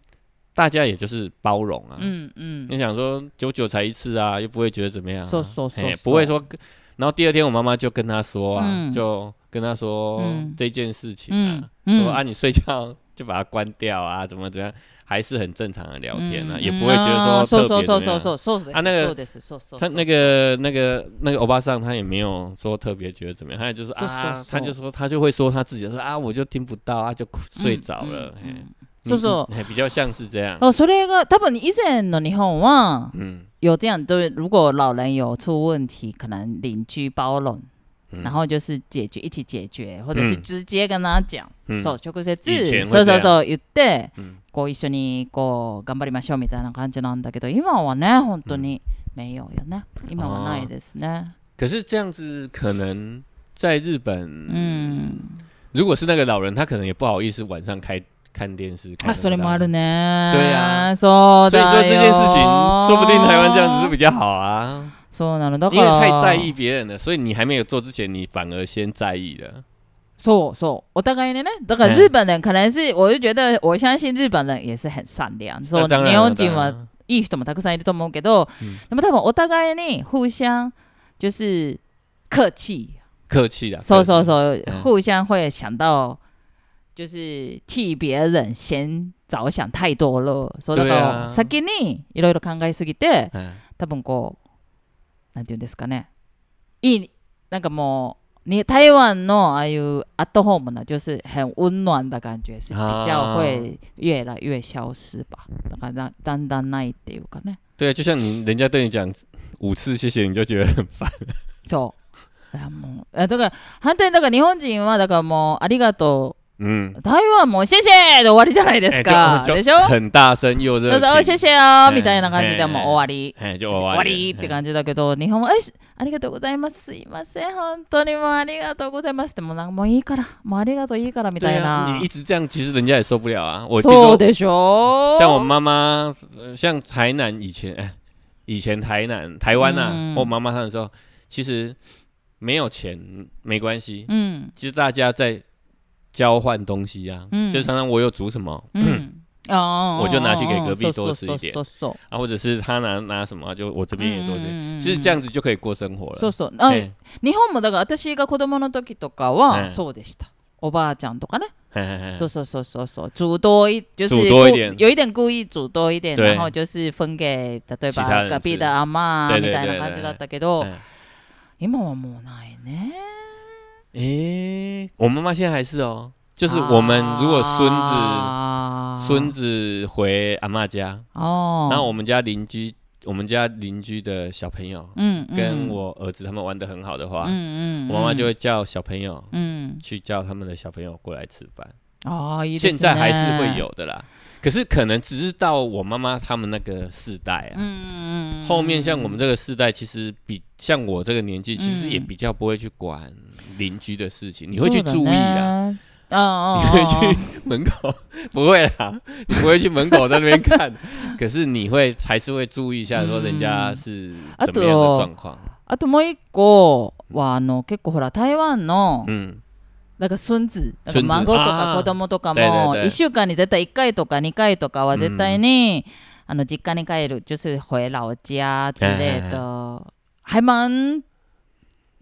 S1: 大家也就是包容啊，
S2: 嗯嗯
S1: 你想说久久才一次啊，又不会觉得怎么样、啊，
S2: そうそうそう
S1: 嘿
S2: そう
S1: 不会说。然后第二天我妈妈就跟他说啊，
S2: 嗯
S1: 就跟他说
S2: 嗯
S1: 这件事情啊，
S2: 嗯嗯
S1: 说啊你睡觉就把它关掉啊，怎么怎么样，还是很正常的聊天
S2: 嗯
S1: 啊，也不会觉
S2: 哦
S1: 得说特别怎么样。
S2: そうそうそうそうそう
S1: 啊那个
S2: そうですそうそうそう
S1: 他那个那个那个欧巴桑，他也没有说特别觉得怎么样，他也就是
S2: 说说
S1: 啊，
S2: 说
S1: 他就说他就会说他自己说啊，我就听不到啊，就哭睡着了。
S2: 嗯
S1: 嘿
S2: 嗯哦そうそう
S1: 嗯嗯嘿比较像是这样。
S2: あそれが多分以前の日本は
S1: 嗯
S2: 有这样，对，如果老人有出问题，可能邻居包容，
S1: 嗯
S2: 然后就是解决一起解决，或者是
S1: 嗯
S2: 直接跟他讲，
S1: 嗯
S2: そう直接
S1: 以前会
S2: そうそう
S1: 这
S2: そう言って、
S1: 嗯
S2: こう一緒にこう頑張りましょうみたいな感じなんだけど、今はね本当に没有よね。今はないですね。
S1: 可是这样子可能在日本，
S2: 嗯。
S1: 如果是那个老人，他可能也不好意思晚上开看电视。看
S2: あ、それもある
S1: 呢。
S2: ね。
S1: 对呀
S2: そう
S1: 所以
S2: だよ。
S1: 说这件事情，说不定台湾这样子是比较好啊，
S2: そうなの。だか
S1: 因为
S2: ら
S1: 太在意别人了，所以你还没有做之前，你反而先在意了。
S2: そうそう。お互いにね。だから
S1: 嗯
S2: 日本人可能是、我就觉得、我相信日本人也是很善良。そう、
S1: 那当然
S2: 日
S1: 了
S2: 本人
S1: 当然
S2: は
S1: 了
S2: いい人もたくさんいると思うけど、
S1: 嗯
S2: でも多分お互いに互相、就是、客气。
S1: 客气的，
S2: そう
S1: 客
S2: そうそう。
S1: 嗯
S2: 互相会想到、就是、替别人先着想太多了。そう、だか
S1: 对
S2: ら
S1: 啊
S2: 先にいろいろ考えすぎて、
S1: 气。嗯
S2: 多分こうなんていうんですかねいいなんかもうに台湾のああいうアットホームな就是很温暖的感觉是比
S1: あー
S2: 较会越来越消失吧だからだだんだんないっていうかね
S1: 对啊，就像你人家对你讲五次谢谢，你就觉得很烦。
S2: そうあもうあだから反対にだから日本人はだからもうありがと
S1: 嗯，哎
S2: う台湾も「シェシェ!」で終わりじゃないですか、
S1: 就
S2: でし
S1: 就
S2: ょ
S1: 很大声又热
S2: そうそう「おいシェ
S1: 情，
S2: シェ
S1: え
S2: よ!」
S1: え
S2: みたいな感じでもう終わり
S1: 哎，就
S2: 終
S1: 終
S2: わ
S1: わ
S2: り
S1: り
S2: って感じだけど、日本は、よし、ありがとうございます、すいません、本当にもうありがとうございますって、もうなんかもういいから、もうありがとういいからみた
S1: 对
S2: い
S1: 啊，
S2: な
S1: 你一。直这样，其实人家也受不了啊。我比如
S2: そう
S1: 说
S2: でしょ
S1: 像我妈妈，呃像台南以前，哎以前台南、台湾呐、
S2: 嗯
S1: 我妈妈她的时候，其实没有钱没关系，
S2: うん。
S1: 其实大家在交换东西啊，
S2: 嗯
S1: 就常常我有煮什么
S2: うん。ああ。
S1: 我就拿去给隔壁
S2: うん
S1: 多吃一点
S2: そうそうそう
S1: 啊，或者是她拿拿什么，啊就我这边也多些，
S2: 嗯嗯嗯嗯哎
S1: 其实这样子就可以过生活了。
S2: そうそうそう。あ
S1: 嘿
S2: 日本もだから私が子供の時とかは
S1: ええ
S2: そうでした。おばあちゃんとかね。
S1: 嘿嘿嘿
S2: そうそうそうそうそう。煮多一就是
S1: 煮多一点
S2: 故有一点故意煮多一点，
S1: 对
S2: 然后就是分给例え
S1: 其他
S2: ば
S1: 人
S2: 隔壁
S1: 吃
S2: 的阿妈
S1: 对
S2: み
S1: 对
S2: た
S1: 对
S2: いな
S1: 对
S2: 感じだったけど
S1: 哎，
S2: 今はもうないね。
S1: 诶、我妈妈现在还是哦，就是我们如果孙子
S2: 啊
S1: 孙、子回阿嬷家，
S2: 哦，
S1: 然后我们家邻居，我们家邻居的小朋友
S2: 嗯嗯
S1: 跟我儿子他们玩的很好的话，
S2: 嗯嗯，
S1: 我妈妈
S2: 嗯
S1: 就会叫小朋友
S2: 嗯
S1: 去叫他们的小朋友过来吃饭，
S2: 哦，いいですね
S1: 现在还是会有的啦。可是可能只是到我妈妈他们那个世代啊，
S2: 嗯嗯嗯
S1: 后面像我们这个世代，其实比像我这个年纪，其实也
S2: 嗯
S1: 比较不会去管邻居的事情，你会去注意啊。。
S2: そうだね嗯嗯，
S1: 你会
S2: 嗯
S1: 去 门口？不会啦，你不会去门口在那边 看，可是你会还是会注意一下，说人家
S2: 嗯
S1: 是怎么样的状况。
S2: あともう一個はあの結構ほら台湾の
S1: 嗯，
S2: なんか孫子、なんか
S1: 孫子
S2: 孫とか
S1: あー
S2: 子供とか
S1: 对对
S2: も
S1: 对
S2: 一週間に絶対一回とか二回とかは絶対にあの実家に帰る、就是回老家之类的，还蛮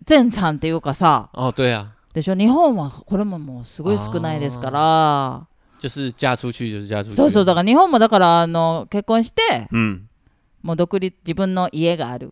S2: 正常っていうかさ。
S1: 哦，对啊，
S2: でしょ日本はこれももうすごい少ないですから
S1: 就是嫁出去就是嫁出去。
S2: そうそうだから日本もだからあの結婚して
S1: 嗯
S2: もう独立自分の家がある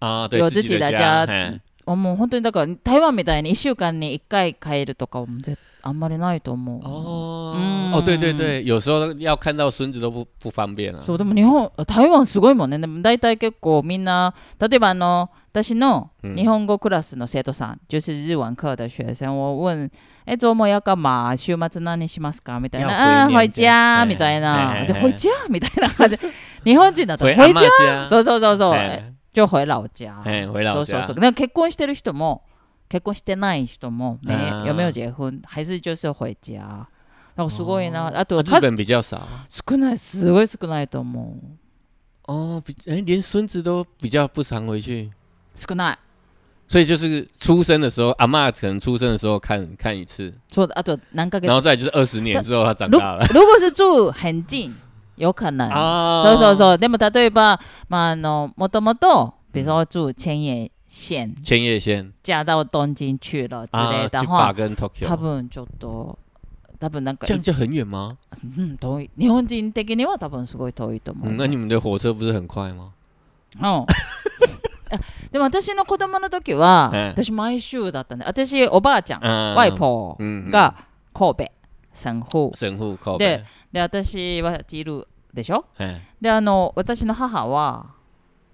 S1: 啊，对
S2: 有
S1: 自
S2: 自己
S1: 的
S2: 的
S1: 家，
S2: 家
S1: 嘿
S2: あもう本当にだから台湾みたいに1週間に1回帰るとかはもう絶あんまりないと思う、
S1: 哦、
S2: 嗯
S1: 哦，对对对，有时候要看到孙子都不不方便啊。
S2: そうでも日本台湾すごいもんねでも大体結構みんな例えばあの私の
S1: 嗯
S2: 日本語クラスの生徒さん、就是日文课的学生我问え周末やかま週末何しますかみたい
S1: 要
S2: なあ
S1: 回娘
S2: ー回家
S1: 家
S2: みたい
S1: 哎哎
S2: なで
S1: 哎
S2: 回家みたいな感じ日本人だと
S1: 回
S2: 回
S1: 阿嬷
S2: 家
S1: 家，
S2: そうそうそうそう
S1: 哎
S2: 就回老家
S1: 哎，回老
S2: そう
S1: 家，
S2: そうそう。なんか結婚してる人も、結婚してない人も、没
S1: あー
S2: 有没有结婚，还是就是回家。だからすごいな。あ
S1: 啊
S2: と
S1: 日
S2: 数
S1: 本比较少
S2: 少ない、すごい少ないと思う。
S1: 哦，比哎连孙子都比较不常回去，
S2: 少ない。
S1: 所以就是出生的时候，阿嬷可能出生的时候看看一次，
S2: そうあと何ヶ月
S1: 然。后再来就是二十年之后他长
S2: 如嗯
S1: 大了
S2: 如果是住很近，有可能。
S1: 啊
S2: そうそうそう。でも例えば、まああのもともと、比如说住千叶县，
S1: 千叶县
S2: 嫁到东京去了之
S1: 啊，
S2: 类的
S1: 去
S2: 话
S1: 巴，跟
S2: 多
S1: Tokyo，
S2: 分ちょっと、多分なんか
S1: 这样就很远吗？
S2: うん、遠い日本人的には多分すごい遠いと思う、
S1: 嗯，那你们的火车不是很快吗？
S2: うん あでも私の子供の時は、
S1: ええ
S2: 私毎週だったんで私おばあちゃん、
S1: 嗯，
S2: ワイポ
S1: 嗯
S2: ーが神戸産婦
S1: 神户口碑，
S2: でで私はジルでしょ
S1: 哎，
S2: であの私の母は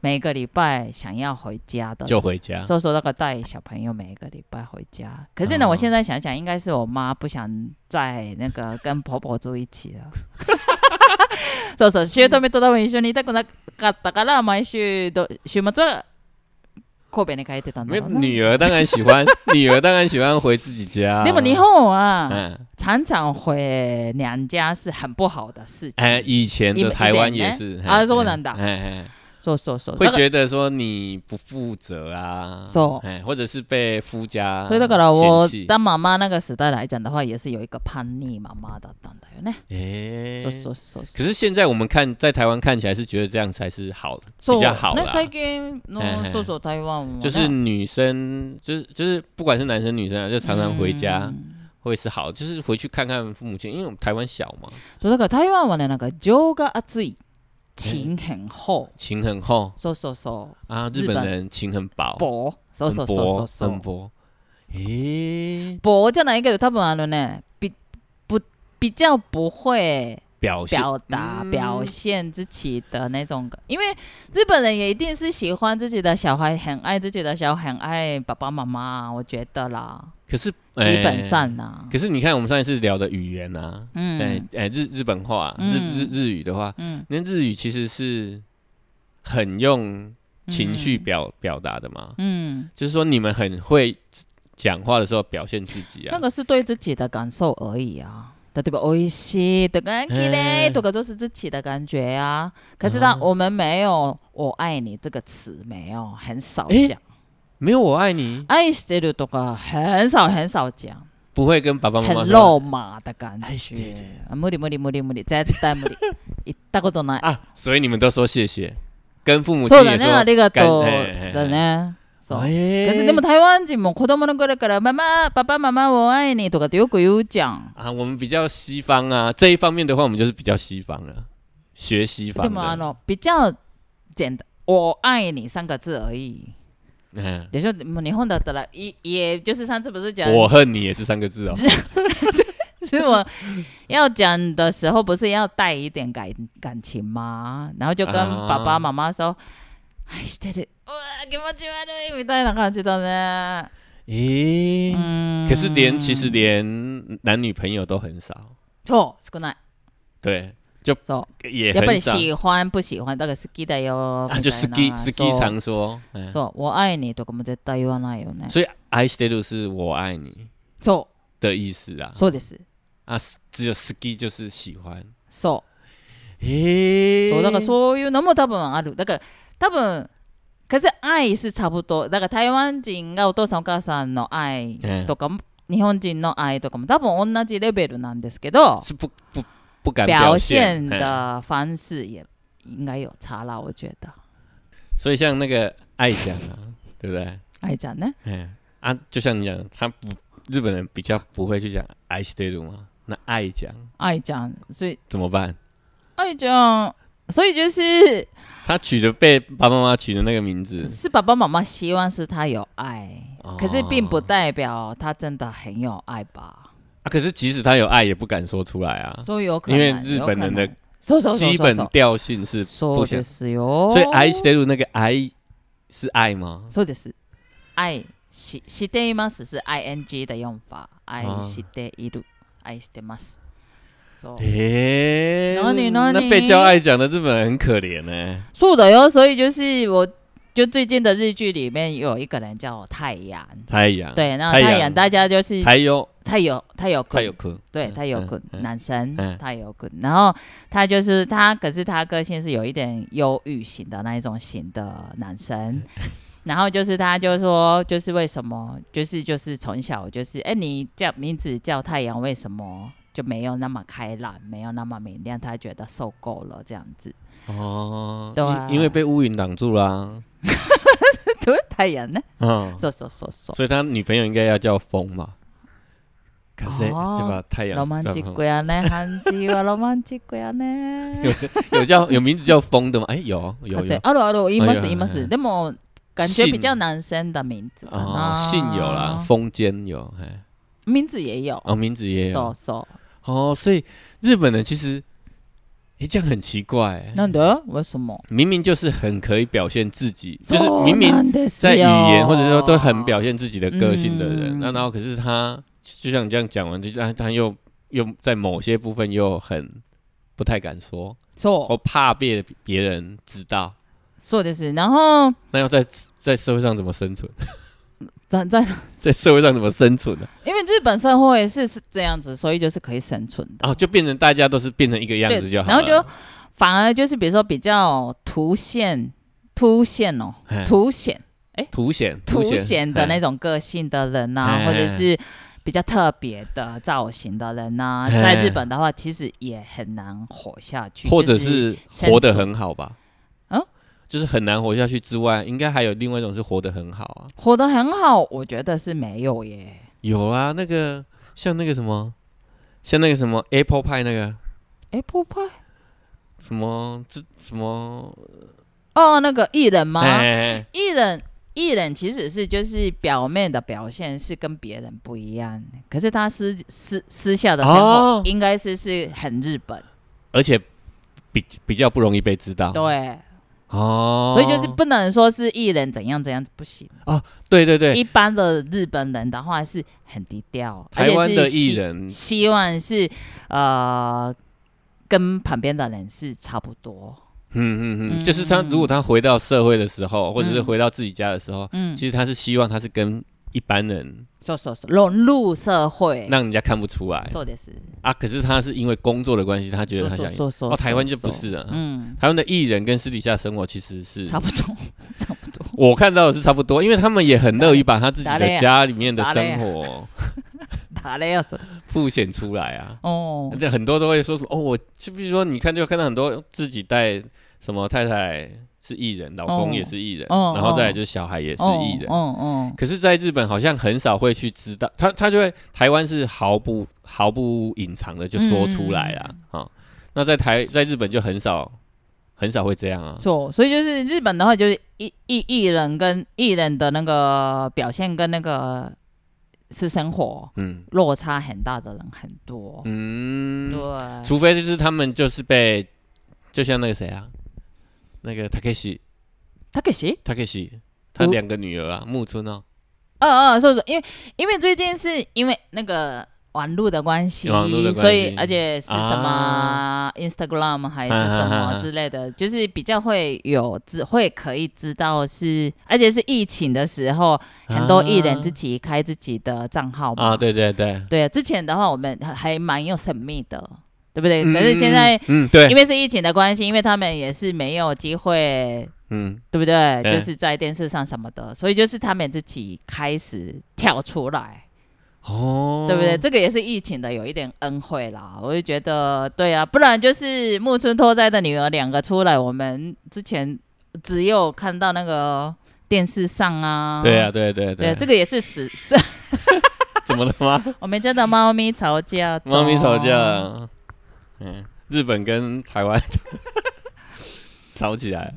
S2: 每个礼拜想要回家的
S1: 就回家。
S2: そうそうだから带小朋友每个礼拜回家可是呢、
S1: 哦
S2: 我现在想想应该是我妈不想再那个跟婆婆住一起 了そうそう姑と多分一緒にいたくなかったから毎週ど週末は神戸に帰ってたんだ
S1: 没有
S2: ろうな
S1: 女儿当然喜 欢，女儿当然喜欢回自己家、
S2: でも日本は
S1: 嗯，
S2: 啊常常回娘家是很不好的事
S1: 哎，
S2: 情
S1: 以前的台湾也是
S2: 以前呢啊
S1: 嘿
S2: そうなんだ
S1: 哎哎，
S2: そうそうそう
S1: 会
S2: だから
S1: 觉得说你不负责啊，
S2: そう
S1: 哎，或者是被夫家
S2: 所以だから
S1: 啊嫌
S2: 我
S1: 弃，
S2: 当妈妈那个时代来讲的话也是有一个叛逆妈妈だったんだよね
S1: 哎
S2: そうそうそうそう
S1: 可是现在我们看在台湾看起来是觉得这样才是好的，
S2: そう
S1: 比较好
S2: ね、
S1: 啦。
S2: 最近の
S1: へーへー
S2: そうそう台湾も、ね、
S1: 就是女生，就是就是不管是男生女生啊，就常常回家
S2: うん
S1: 会是好，就是回去看看父母亲，因为我们台湾小嘛，
S2: そうだから台湾はねなんか情が熱い情很厚、
S1: 情很厚
S2: そうそうそう
S1: 啊，
S2: 日
S1: 日本
S2: 本
S1: 人情很薄，
S2: 薄そう
S1: 很
S2: そうそうそ
S1: 薄
S2: うそ
S1: 哦很
S2: う
S1: 薄。诶，
S2: 薄じゃないけど多分あのね比不比较不会
S1: 表现
S2: 表达、
S1: 嗯
S2: 表现自己的那种感，因为日本人也一定是喜欢自己的小孩，很爱自己的小孩，很爱爸爸妈妈，我觉得啦，
S1: 可是基
S2: 基本上啦，
S1: 可是你看我们上一次聊的语言啊，哎、
S2: 嗯
S1: 哎、日日本话、
S2: 嗯
S1: 日日日语的话，
S2: 嗯，
S1: 那日语其实是很用情绪
S2: 嗯
S1: 表、表达的嘛，
S2: 嗯，
S1: 就是说你们很会讲话的时候表现自己
S2: 那
S1: 啊。
S2: 个是对自己的感受而已啊。例えば美味しいとか綺麗とか都是自己的感觉啊。可是呢
S1: 嗯，
S2: 我们没有“我爱你”这个词，没有，很少
S1: 诶
S2: 讲。
S1: 没有我爱你，
S2: 爱してるとか很少很少讲，
S1: 不会跟爸爸妈妈
S2: 很
S1: 说
S2: 肉麻的感
S1: 爱して
S2: 觉
S1: る。
S2: あ無理無理無理無理絶対無理。言ったことない。
S1: 啊，所以你们都说谢谢，跟父母亲
S2: そう
S1: 也
S2: だね、あ
S1: 说。
S2: りがと
S1: 感
S2: う
S1: 嘿嘿嘿
S2: だね。そう。
S1: 哎
S2: 可是でも台湾人も子供の頃からママ、パパ、ママを愛にとかってよく言うじゃん。
S1: 啊，我们比较西方啊，这一方面的话，我们就是比较西方了，学西方
S2: で
S1: 的。
S2: もあの比較简单，我爱你三个字而已。
S1: 嗯，
S2: でしょ？もう日本だったらい也就是上次不是讲，
S1: 我恨你也是三个字哦。
S2: 所以我要讲的时候不是要带一点感感情吗？然后就跟
S1: 啊
S2: 爸爸妈妈说，愛してる。うわ気持ち悪いみたいな感じだね。
S1: 咦、
S2: 嗯，
S1: 可是连其实连男女朋友都很少，
S2: そう少ない。
S1: 对，
S2: そう。
S1: 也
S2: やっぱ
S1: 很
S2: り
S1: 少。
S2: 喜欢不喜欢だから好きだよ
S1: 啊，
S2: み
S1: 就
S2: た
S1: ski
S2: いな。
S1: ski 常说，嗯，
S2: そう。そう、我愛你とかも絶対言わないよね。
S1: 所以 I stay 就是我爱你
S2: そ
S1: 的意思啊
S2: う、。そうです。
S1: 啊，只有 ski 就是喜欢。
S2: そう。
S1: 诶、
S2: そうだからそういうのも多分あるだから多分可是愛是差不多だから台湾人がお父さんお母さんの愛とかも、日本人の愛とかも多分同じレベルなんですけど
S1: 是不不不敢
S2: 表
S1: 现
S2: 現的方式也应该有差啦我觉得
S1: 嘿所以像那个爱讲啊，对不对？
S2: 愛ちゃんね
S1: 嗯啊，就像你讲，他不日本人比较不会去讲爱してる吗？那爱讲
S2: 爱讲，所以
S1: 怎么办？
S2: 爱讲，所以就是
S1: 他取的被爸爸妈妈取的那个名字，
S2: 是爸爸妈妈希望是他有爱，
S1: 哦
S2: 可是并不代表他真的很有爱吧？
S1: 啊。可是即使他有爱，也不敢说出来啊。
S2: 所以有可
S1: 因为
S2: 能，
S1: 日本人的
S2: 有可能そうそうそうそう
S1: 基本调性是
S2: そうですよ。
S1: 所以愛してる那个愛是爱吗？
S2: そうです。愛ししています是 ing 的用法。愛している。愛してます。そう。
S1: 诶、
S2: 哪里哪里
S1: 那被叫爱讲的日本人很可怜呢、
S2: そうだよ。所以就是我就最近的日剧里面有一个人叫太阳。
S1: 太阳，
S2: 对，那
S1: 太阳
S2: 太阳大家就是
S1: 太陽，
S2: 太有太有
S1: 太
S2: 空
S1: 陽，君，
S2: 对，
S1: 嗯
S2: 太有梗，
S1: 嗯嗯
S2: 男生
S1: 嗯
S2: 太有梗，然后他就是他，可是他个性是有一点忧郁型的那一种型的男生。
S1: 嗯
S2: 然后就是他就说，就是为什么，就是就是从小就是，哎，你叫名字叫太阳，为什么就没有那么开朗，没有那么明亮？他觉得受够了这样子。
S1: 哦，
S2: 对啊哦
S1: 因因为被乌云挡住啦、
S2: 对，太阳呢？
S1: 嗯，
S2: 说说说说，
S1: 所以他女朋友应该要叫风嘛，可是、
S2: 哦
S1: 是吧？太阳
S2: 浪漫之
S1: 嗯
S2: 鬼啊呢，韩剧啊，浪漫之鬼啊呢。
S1: 有叫有名字叫风的吗？哎、有有有
S2: あるあるいます
S1: 哎
S2: いま
S1: 哎
S2: す。
S1: 哎
S2: でも感觉比较男生的名字か
S1: 哦
S2: な。，
S1: 姓有啦，风间有，哎，
S2: 名字也有。
S1: 哦，名字也有
S2: そうそ
S1: 哦，所以日本人其实，哎、这样很奇怪、欸
S2: う。なんで？为什么？哦
S1: 明明就是很可以表现自己，就是
S2: そう
S1: 明明
S2: なんですよ
S1: 在语言或者说都很表现自己的个性的人，
S2: 哦嗯
S1: 那、然后可是他就像你这样讲完，就是他他又又在某些部分又很不太敢说，
S2: そう
S1: 或怕被别人知道，
S2: そうです。然后
S1: 那要在在社会上怎么生存？
S2: 在在
S1: 在社会上怎么生存呢、
S2: 因为日本社会是是这样子，所以就是可以生存的。
S1: 啊？哦，就变成大家都是变成一个样子就好
S2: 然
S1: 了，
S2: 后就反而就是比如说比较凸显凸显哦
S1: 哎
S2: 凸显
S1: 凸显哎
S2: 凸显的那
S1: 种
S2: 种个性的人呐、
S1: 哎
S2: 或者是比较特别的造型的人呐、
S1: 哎
S2: 在日本的话，其实也很难活下去，
S1: 或者
S2: 就是生
S1: 活得
S2: 存
S1: 很好吧？
S2: 嗯
S1: 就是很难活下去之外，应该还有另外一种是活得很好啊。
S2: 活得很好，我觉得是没有耶。
S1: 有啊，那个像那个什么，像那个什么 Apple Pie 那个
S2: 哎，不怕
S1: 什么这什么
S2: 哦，那个艺人吗？
S1: 哎
S2: 艺人艺人其实是就是表面的表现是跟别人不一样，可是他私私私下的生活
S1: 哦
S2: 应该是是很日本，
S1: 而且比比较不容易被知道。
S2: 对，
S1: 哦，
S2: 所以就是不能说是艺人怎样怎样，不行。
S1: 对对对，
S2: 一般的日本人的话是很低调，而
S1: 台湾
S2: 且
S1: 的
S2: 是希
S1: 艺人嗯
S2: 希望是呃跟旁边的人是差不多，
S1: 嗯嗯
S2: 嗯
S1: 嗯，就是他如果他回到社会的时候，或者是
S2: 嗯
S1: 回到自己家的时候，
S2: 嗯，
S1: 其实他是希望他是跟一般人
S2: 说说说融入社会，
S1: 让人家看不出来
S2: 说的是，
S1: 啊。可是他是因为工作的关系，他觉得他
S2: 说
S1: 想
S2: 说说
S1: 哦，台湾就不，是嗯了
S2: 说。嗯，
S1: 台湾的艺人跟私底下生活其实是
S2: 差不多， 差不多，
S1: 我看到的是差不多，因为他们也很乐于把他自己
S2: 啊
S1: 的家里面的生 活
S2: 打了要说
S1: 凸显出来啊。
S2: 哦
S1: 而，且很多都会说什么哦，我就比如说你看就看到很多自己带什么太太是艺人，老公也是艺人，
S2: 哦
S1: 然后再来就是小孩也是艺人。
S2: 嗯嗯，
S1: 可是，在日本好像很少会去知道，他他就会台湾是毫不毫不隐藏的就说出来啦。
S2: 嗯
S1: 啊、那在台在日本就很少很少会这样啊。
S2: 错，所以就是日本的话，就是艺艺艺人跟艺人的那个表现跟那个私生活
S1: 嗯
S2: 落差很大的人很多，
S1: 嗯，
S2: 对，
S1: 除非就是他们就是被，就像那个谁啊，那个 Takeshi
S2: 他可惜，
S1: Takeshi，他两个女儿啊，木村哦，
S2: 嗯嗯，说说，因为因为最近是因为那个网络的关系，
S1: 网络的关系
S2: 所以而且是什么
S1: 啊
S2: Instagram 还是什么之类的，就是比较会有知会可以知道是，而且是疫情的时候，很多艺人自己开自己的账号嘛，
S1: 啊，对对对，
S2: 对啊，之前的话我们还还蛮有神秘的，对不对？
S1: 嗯
S2: 可是现在。
S1: 嗯，嗯对，
S2: 因
S1: 为
S2: 为是疫情的关系，因为他们也是没有机会
S1: 嗯
S2: 对不对？
S1: 对
S2: 就是在电视上什么的，所以就是他们自己开始跳出来，
S1: 哦，
S2: 对不对？？这个也是疫情的有一点恩惠啦，我就觉得对啊，不然就是木村拓哉的女儿两个出来，我们之前只有看到那个电视上啊，
S1: 对啊，对对
S2: 对啊，这个也是史是
S1: 怎怎么了吗？
S2: 我们真的猫咪吵架，啊
S1: 猫咪吵
S2: 哦
S1: 架，嗯，日本跟台 湾吵起来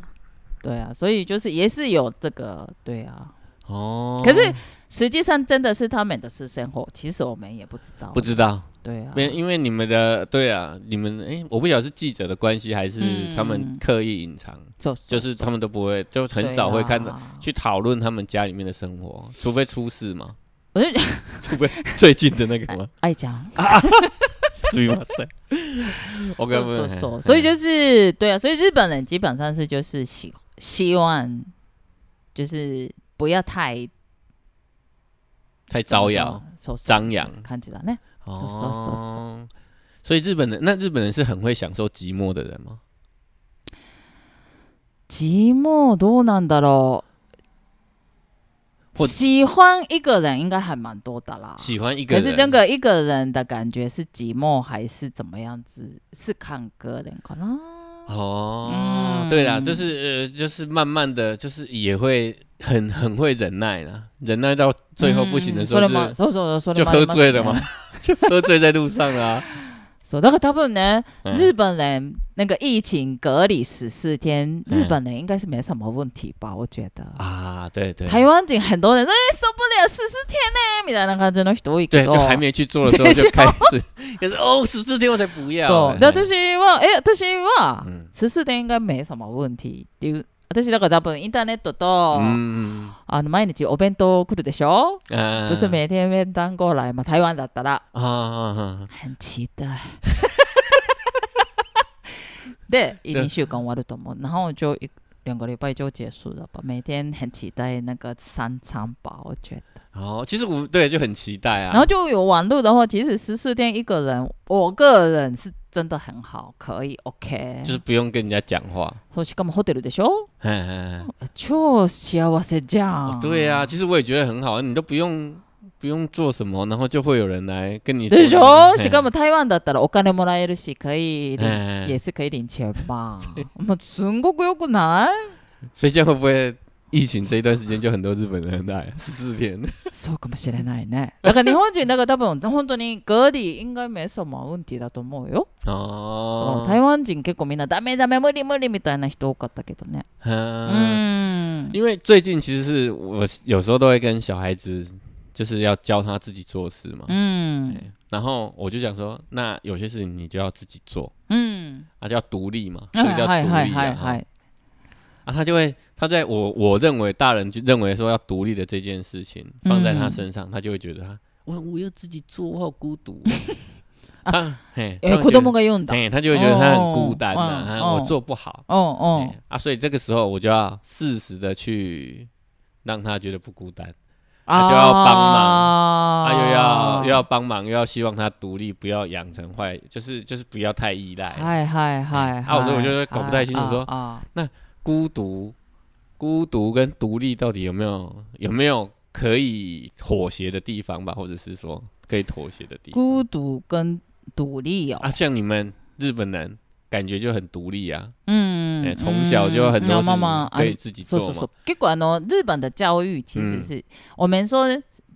S2: 对啊，所以就是也是有这个，对啊。
S1: 哦。
S2: 可是实际上真的是他们的私生活，其实我们也不知道，
S1: 不知道，
S2: 对啊，
S1: 没，因为你们的对啊，你们哎、我不晓得是记者的关系还是
S2: 嗯
S1: 他们刻意隐藏，
S2: 就
S1: 就是他们都不会，就很少会看到、
S2: 对啊
S1: 去讨论他们家里面的生活，除非出事嘛。
S2: 我就
S1: 除非最近的那个 嘛，
S2: 爱讲，
S1: 所以哇 塞，我
S2: 说
S1: 该不
S2: 说
S1: 会
S2: 说，所以就是对啊，所以日本人基本上是就是希希望就是不要太
S1: 太招摇、，
S2: そうそう
S1: 张扬
S2: 感じだね。そうそう
S1: 哦。所以日本人，那日本人是很会享受寂寞的人吗？
S2: 寂寞どうなんだろ
S1: 或
S2: う。喜欢一个人应该还蛮多的啦。
S1: 喜欢一个
S2: 啊可
S1: 人，
S2: 是那个一个人的感觉是寂寞还是怎么样子？是看个人可能。
S1: 哦，
S2: 嗯
S1: 对啦，就是呃，就是慢慢的就是也会很很会忍耐啦，忍耐到最后不行的时候
S2: うん
S1: 就
S2: それもそうそうそうそ
S1: 就
S2: れもあり
S1: 喝
S2: ますね
S1: 醉了嘛， 就喝醉在路上 啊。
S2: そうだから多分ね、
S1: 嗯
S2: 日本人那个疫情隔离十四天，
S1: 嗯
S2: 日本人应该是没什么问题吧？我觉得。
S1: 啊，对对，
S2: 台湾人很多人哎、受不了十四天呢，みたいな感じの人多い
S1: 对
S2: けど。
S1: 就还没去做的时候
S2: 对就
S1: 就开 始，就是 哦，十四天我才不要。
S2: そう。で私はえ私は
S1: 嗯
S2: 十四天が目様問題っていう。私だから多分インターネットと、
S1: 嗯
S2: あの毎日お弁当来るでしょ？
S1: 嗯啊
S2: 不是每天便当过来嘛？台湾だったら
S1: 啊啊啊
S2: 很期待。 で、
S1: 对
S2: 一週間終わると思う。然后就一两个礼拜就结束了吧。每天很期待那个三餐吧，我觉得。
S1: 哦，其实我对就很期待
S2: 然后
S1: 啊。
S2: 就有网络的话，其实十四天一个人，我个人是真的很好，可以 OK。
S1: 就是不用跟人家讲话，
S2: そうしかもホテルでしょ
S1: 嘿嘿嘿
S2: 超幸せじゃん。
S1: 对啊，其实我也觉得很好，你都不用不用做什么，然后就会有人来跟你说。
S2: でしょ
S1: 嘿
S2: しかも台湾だったらお金もらえるし、可以领、
S1: 哎
S2: 也是可以领钱吧。もうすんごくよくない
S1: 所以这样会不会疫情这一段时间就很多日本人来 十四天？
S2: そうかもしれないね。だから日本人、だから多分、本当に隔離应该没什么问题だと思うよ。そう
S1: 哦，
S2: 台湾人結構みんなダメダメ無理無理みたいな人多かったけどね。
S1: 嗯，
S2: うん。
S1: 因为最近其实是我有时候都会跟小孩子，就是要教他自己做事嘛。
S2: うん。
S1: 对然后我就想说，那有些事情你就要自己做，
S2: うん。
S1: 啊，叫独立嘛，所以叫
S2: はい
S1: 独
S2: はい
S1: 立
S2: はいは
S1: 啊。
S2: い。
S1: 啊，他就会他在我我认为大人就认为说要独立的这件事情
S2: 嗯
S1: 放在他身上，他就会觉得他我我要自己做，我好孤 独哦。
S2: 啊
S1: 他嘿，他
S2: え、
S1: 会
S2: 子
S1: 觉得
S2: 供が言うんだ。
S1: 哎、他就会觉得他很孤单呐、
S2: 哦
S1: 啊
S2: 哦
S1: 我做不好、
S2: うんうん
S1: 哎。啊，所以这个时候我就要适时的去让他觉得不孤单，
S2: 啊
S1: 就要帮
S2: 忙
S1: 啊，又要又要帮忙，又要希望他独立，不要养成坏，就是就是不要太依赖、
S2: 嗨嗨嗨，
S1: 啊我说我就是搞不太清楚说
S2: 啊，
S1: 孤独，孤独跟独立到底有没有有没有可以妥协的地方吧，或者是说可以妥协的地方
S2: 孤独跟独立哦，
S1: 啊？像你们日本人感觉就很独立啊，哎、
S2: 嗯，
S1: 从小就很多
S2: 嗯
S1: 事
S2: 妈妈
S1: 情可以自己
S2: 说
S1: 做
S2: 说
S1: 嘛嗯
S2: 说，，结果呢，日本的教育其实是我们说，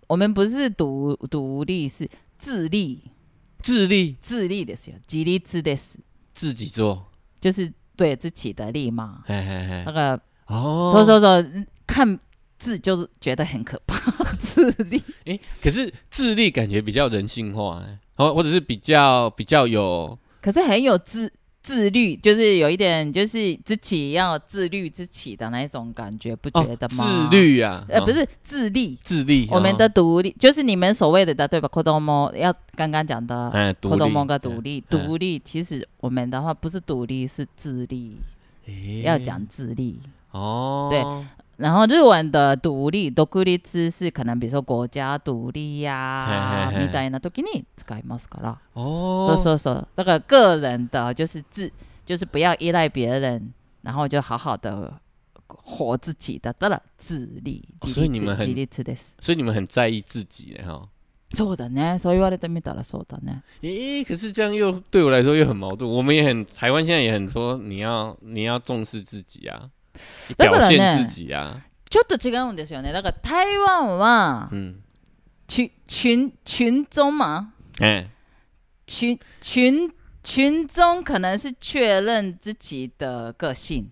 S2: 我们不是独独立，是自立，
S1: 自立
S2: 自立的是自立自的是，
S1: 自己做。
S2: 就是对自己的力嘛。
S1: 嘿嘿
S2: 那
S1: 嘿，
S2: 个
S1: 哦，
S2: 嗯说说说，看字就觉得很可怕， 自立。
S1: 诶，可是智利感觉比较人性化、欸，哦，或者是比较比较有，
S2: 可是很有自自律，就是有一点就是自己要自律自己的那一种感觉，不觉
S1: 哦，
S2: 得吗？
S1: 自，律啊，
S2: 呃，
S1: 哦
S2: 不是自立，
S1: 自立，
S2: 我们
S1: 哦
S2: 的，独立就是你们所谓的对吧？子供要刚刚讲的
S1: 哎，
S2: 子
S1: 独立，
S2: 供跟独立，
S1: 嗯
S2: 独立其实我们的话不是独立，是自立，
S1: 诶
S2: 要讲自立。
S1: 哎哦，
S2: 对然后日文的独立，独立是可能比如说国家独立呀、
S1: 嘿嘿嘿
S2: みたいな時に使いますから。
S1: 哦，
S2: 说说说，那个个人的，就是自，就是不要依赖别人，然后就好好的活自己的，得了自立。
S1: 哦所以你们很
S2: 自立自立です。
S1: 所以你们很在意自己欸，哈、
S2: そうだね。そう言われてみたらそうだね。
S1: 诶，可是这样又对我来说又很矛盾。我们也很台湾现在也很说你要你要重视自己啊，你
S2: だか
S1: 表
S2: らね
S1: 现自己啊，
S2: ちょっと違うんですよね。だから台湾は
S1: 嗯，
S2: 群群群中嘛，
S1: 哎，
S2: 群群群中可能是确认自己的个性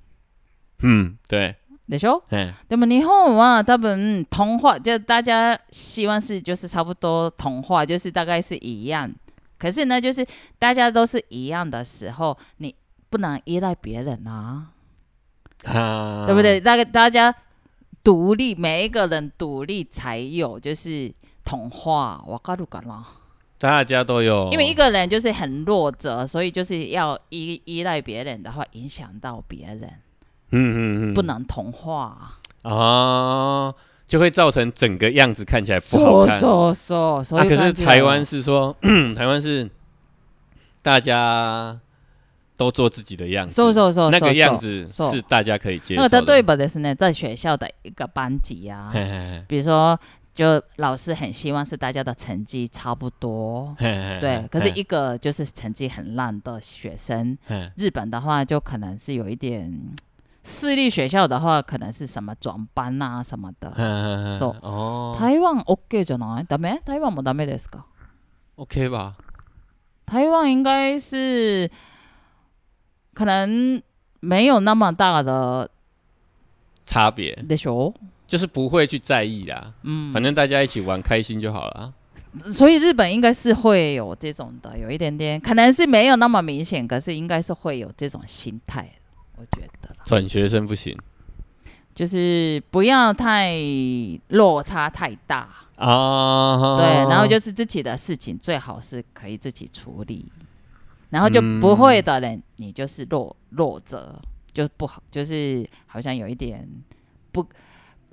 S1: 嗯，对，
S2: でしょ？
S1: 哎，
S2: でも日本は多分同化，就大家希望是就是差不多同化，就是大概是一样。可是呢，就是大家都是一样的时候，你不能依赖别人啊，
S1: 啊，
S2: 对不？对？大概大家独立，每一个人独立才有就是同化。我告诉你啦，
S1: 大家都有，
S2: 因为一个人就是很弱者，所以就是要依依赖别人的话，影响到别人，
S1: 嗯嗯嗯，
S2: 不能同化。
S1: 啊，就会造成整个样子看起来哎不好看。
S2: そうそうそうそう
S1: 啊，
S2: い
S1: 可
S2: う
S1: 是
S2: 感じだ
S1: 台
S2: よ
S1: 湾是说， 台湾是大家都做自己的样子，
S2: そうそうそうそう
S1: 那个样子
S2: そう
S1: 是大家可以接受
S2: 那
S1: 的。
S2: 个例えばですね，在学校的一个班级呀、
S1: 嘿嘿
S2: 比如说，就老师很希望是大家的成绩差不多，
S1: 嘿嘿嘿
S2: 对
S1: 嘿。
S2: 可是一个就是成绩很烂的学生，
S1: 嘿
S2: 日本的话就可能是有一点，私立学校的话可能是什么转班啊什么的。
S1: 嘿嘿
S2: そう
S1: 哦
S2: 台湾 OK じゃない？ダメ？台湾もダメですか？
S1: ，OK 吧？
S2: 台湾应该是可能没有那么大的
S1: 差别
S2: でしょ？
S1: 就是不会去在意啦，
S2: 嗯，
S1: 反正大家一起玩开心就好了。
S2: 所以日本应该是会有这种的，有一点点，可能是没有那么明显，可是应该是会有这种心态，我觉得啦，
S1: 转学生不行
S2: 就是不要太落差太大，
S1: 啊，
S2: 对，然后就是自己的事情最好是可以自己处理，然后就不会的人，你就是弱弱者，就不好，就是好像有一点不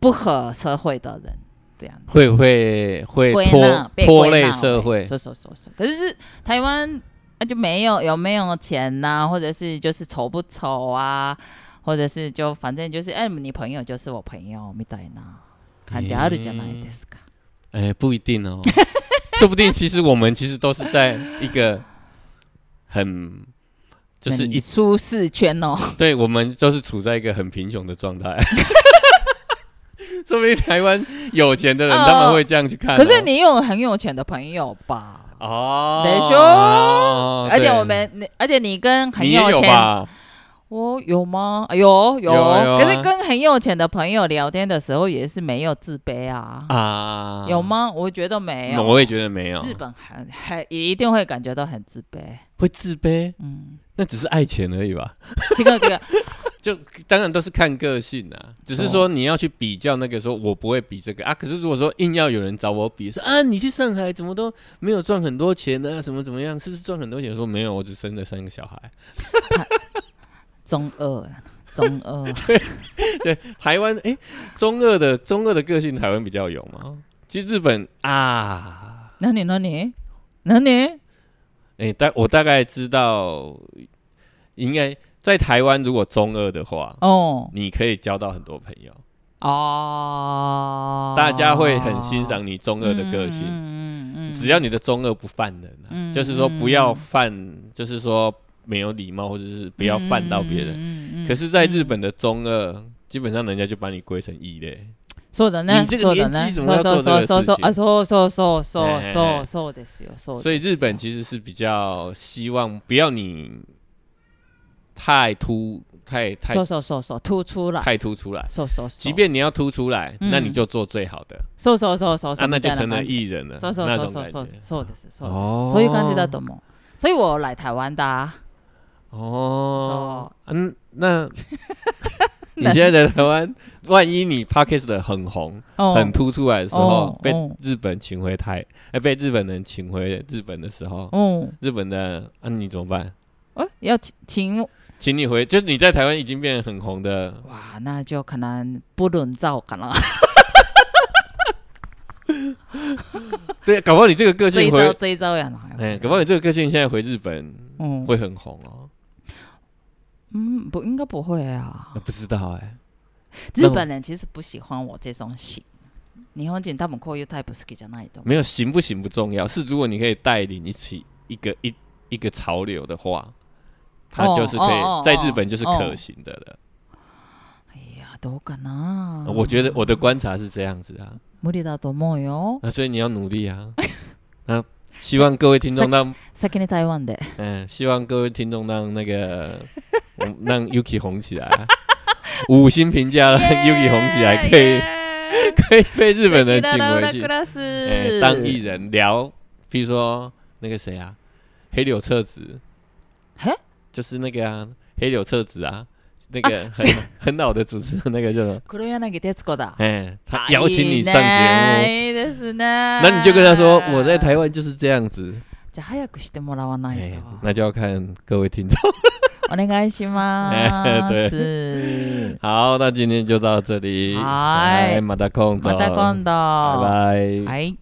S2: 不合社会的人这样子。
S1: 会会会
S2: 归纳
S1: 拖
S2: 被
S1: 拖
S2: 归纳
S1: 累
S2: 为
S1: 社会，
S2: 说说说说，可是是台湾啊就没有有没有钱呐、或者是就是丑不丑啊，或者是就反正就是哎你朋友就是我朋友みたいな感じあるじゃ
S1: 嗯
S2: ないですか。
S1: 哎，不一定哦， 说不定其实我们其实都是在一个很就是一
S2: 很舒适圈哦，
S1: 对，我们都是处在一个很贫穷的状态。 说不定台湾有钱的人、
S2: 哦
S1: 他们会这样去看哦、
S2: 可是你有很有钱的朋友吧？
S1: 哦，
S2: 得说
S1: 哦
S2: 而且
S1: 对
S2: 我们，你而且你跟很
S1: 你也有
S2: 钱，
S1: 吧？
S2: 我有吗？哎有
S1: 有
S2: 有，
S1: 啊有啊
S2: 可是跟很有钱的朋友聊天的时候也是没有自卑啊，
S1: 啊，
S2: 有？吗？我觉得没有，
S1: 我也觉得没有，
S2: 日本很很一定会感觉到很自卑。
S1: 会自卑，
S2: 嗯，
S1: 那只是爱钱而已吧。
S2: 这个这个，
S1: 就当然都是看个性啊，只是
S2: 哦
S1: 说你要去比较那个说，我不会比这个啊。可是如果说硬要有人找我比，说啊，你去上海怎么都没有赚很多钱呢、啊？什么怎么样？是不是赚很多钱？我说没有，我只生了三个小孩。
S2: 中二，中二，
S1: 台湾诶，中二的中二的个性，台湾比较有嘛。其实日本啊，
S2: 那你那你那你
S1: 诶，大我大概知道，应该在台湾如果中二的话，
S2: 哦
S1: 你可以交到很多朋友，
S2: 哦，
S1: 大家会很欣赏你中二的个性。
S2: 嗯嗯嗯嗯
S1: 只要你的中二不犯人、啊，
S2: 嗯
S1: 就是说不要犯，就是说没有礼貌，或者是不要犯到别人。
S2: 人
S1: 可是，在日本的中二，基本上人家就把你归成异类。
S2: そうだね。
S1: 你这个年纪怎么要做这个事
S2: そう
S1: 情
S2: そうそうそうそうそう
S1: 哎哎
S2: そう
S1: 哎
S2: そうですよ。そう
S1: 所以日本其实是比较希望不要你太突、太太
S2: そうそうそうそう突出来。
S1: 太突出来。
S2: そうそうそう。
S1: 即便你要突出来，
S2: 嗯哦
S1: 那你就做最好的，
S2: そうそうそうそうそ
S1: 啊，
S2: う
S1: 那
S2: み
S1: 就
S2: たい
S1: 成
S2: な
S1: 了
S2: 感じ。
S1: 艺人了，
S2: そうそうそ
S1: 那种
S2: うそう
S1: 感
S2: そ
S1: 觉。
S2: うそうですそうです。
S1: 哦
S2: そういう感じだと思う。所以我来台湾的啊。
S1: 哦，嗯， 那你现在在台湾，万一你 Parkes 的很红、
S2: 哦
S1: 很突出来的时候
S2: 哦，
S1: 被
S2: 哦
S1: 日本请回台，哎，被日本人请回日本的时候，
S2: 哦，
S1: 日本的啊，你怎么办？
S2: 哎，要请请
S1: 请你回，就是你在台湾已经变得很红的，
S2: 哇，那就可能不轮照可 能。
S1: 对，搞不好你这个个
S2: 这一
S1: 性
S2: 招
S1: 回，
S2: 这一招やな。
S1: 哎，搞不好你这个个性现在回日本
S2: 嗯
S1: 会很红哦，
S2: 嗯，不应该不会啊
S1: 啊。不知道哎，
S2: 日本人其实不喜欢我这种型。日本人多分こういうタイプ好きじゃないと思う。
S1: 没有行不行不重要，是如果你可以带领一起一个一一个潮流的话，它就是可以、
S2: 哦哦哦
S1: 在日本就是可行的了。
S2: いやどうかな。哦嗯
S1: 我觉得我的观察是这样子啊，
S2: 無理だと思うよ。
S1: 那所以你要努力啊。那希望各位听众让，
S2: 先に台湾で。
S1: 嗯，希望各位听众让那 个嗯让 Yuki 红起来啊，五星评价让 Yuki 红起来，可以可以被日
S2: 日
S1: 本人请回去
S2: ク，ラ
S1: 哎、
S2: ス
S1: 当艺人聊，比如说那个谁啊，黑柳彻子，
S2: 嘿
S1: 就是那个啊，黑柳彻子啊，那个很、很老的主持人，那个叫 什么？
S2: 黒柳徹子だ。
S1: 哎、哎他邀请你上节
S2: あ
S1: 目。
S2: いいねいいですね。
S1: 那你就跟他说，我在台湾就是这样子。
S2: じゃあ早くしてもらわな
S1: 哎
S2: いと。、
S1: 那就要看各位 听众。
S2: お願いしま
S1: 哎
S2: す。
S1: 好，那今天就到这里。
S2: 嗨
S1: 哎马达空，
S2: また今度。
S1: 拜拜。
S2: はい。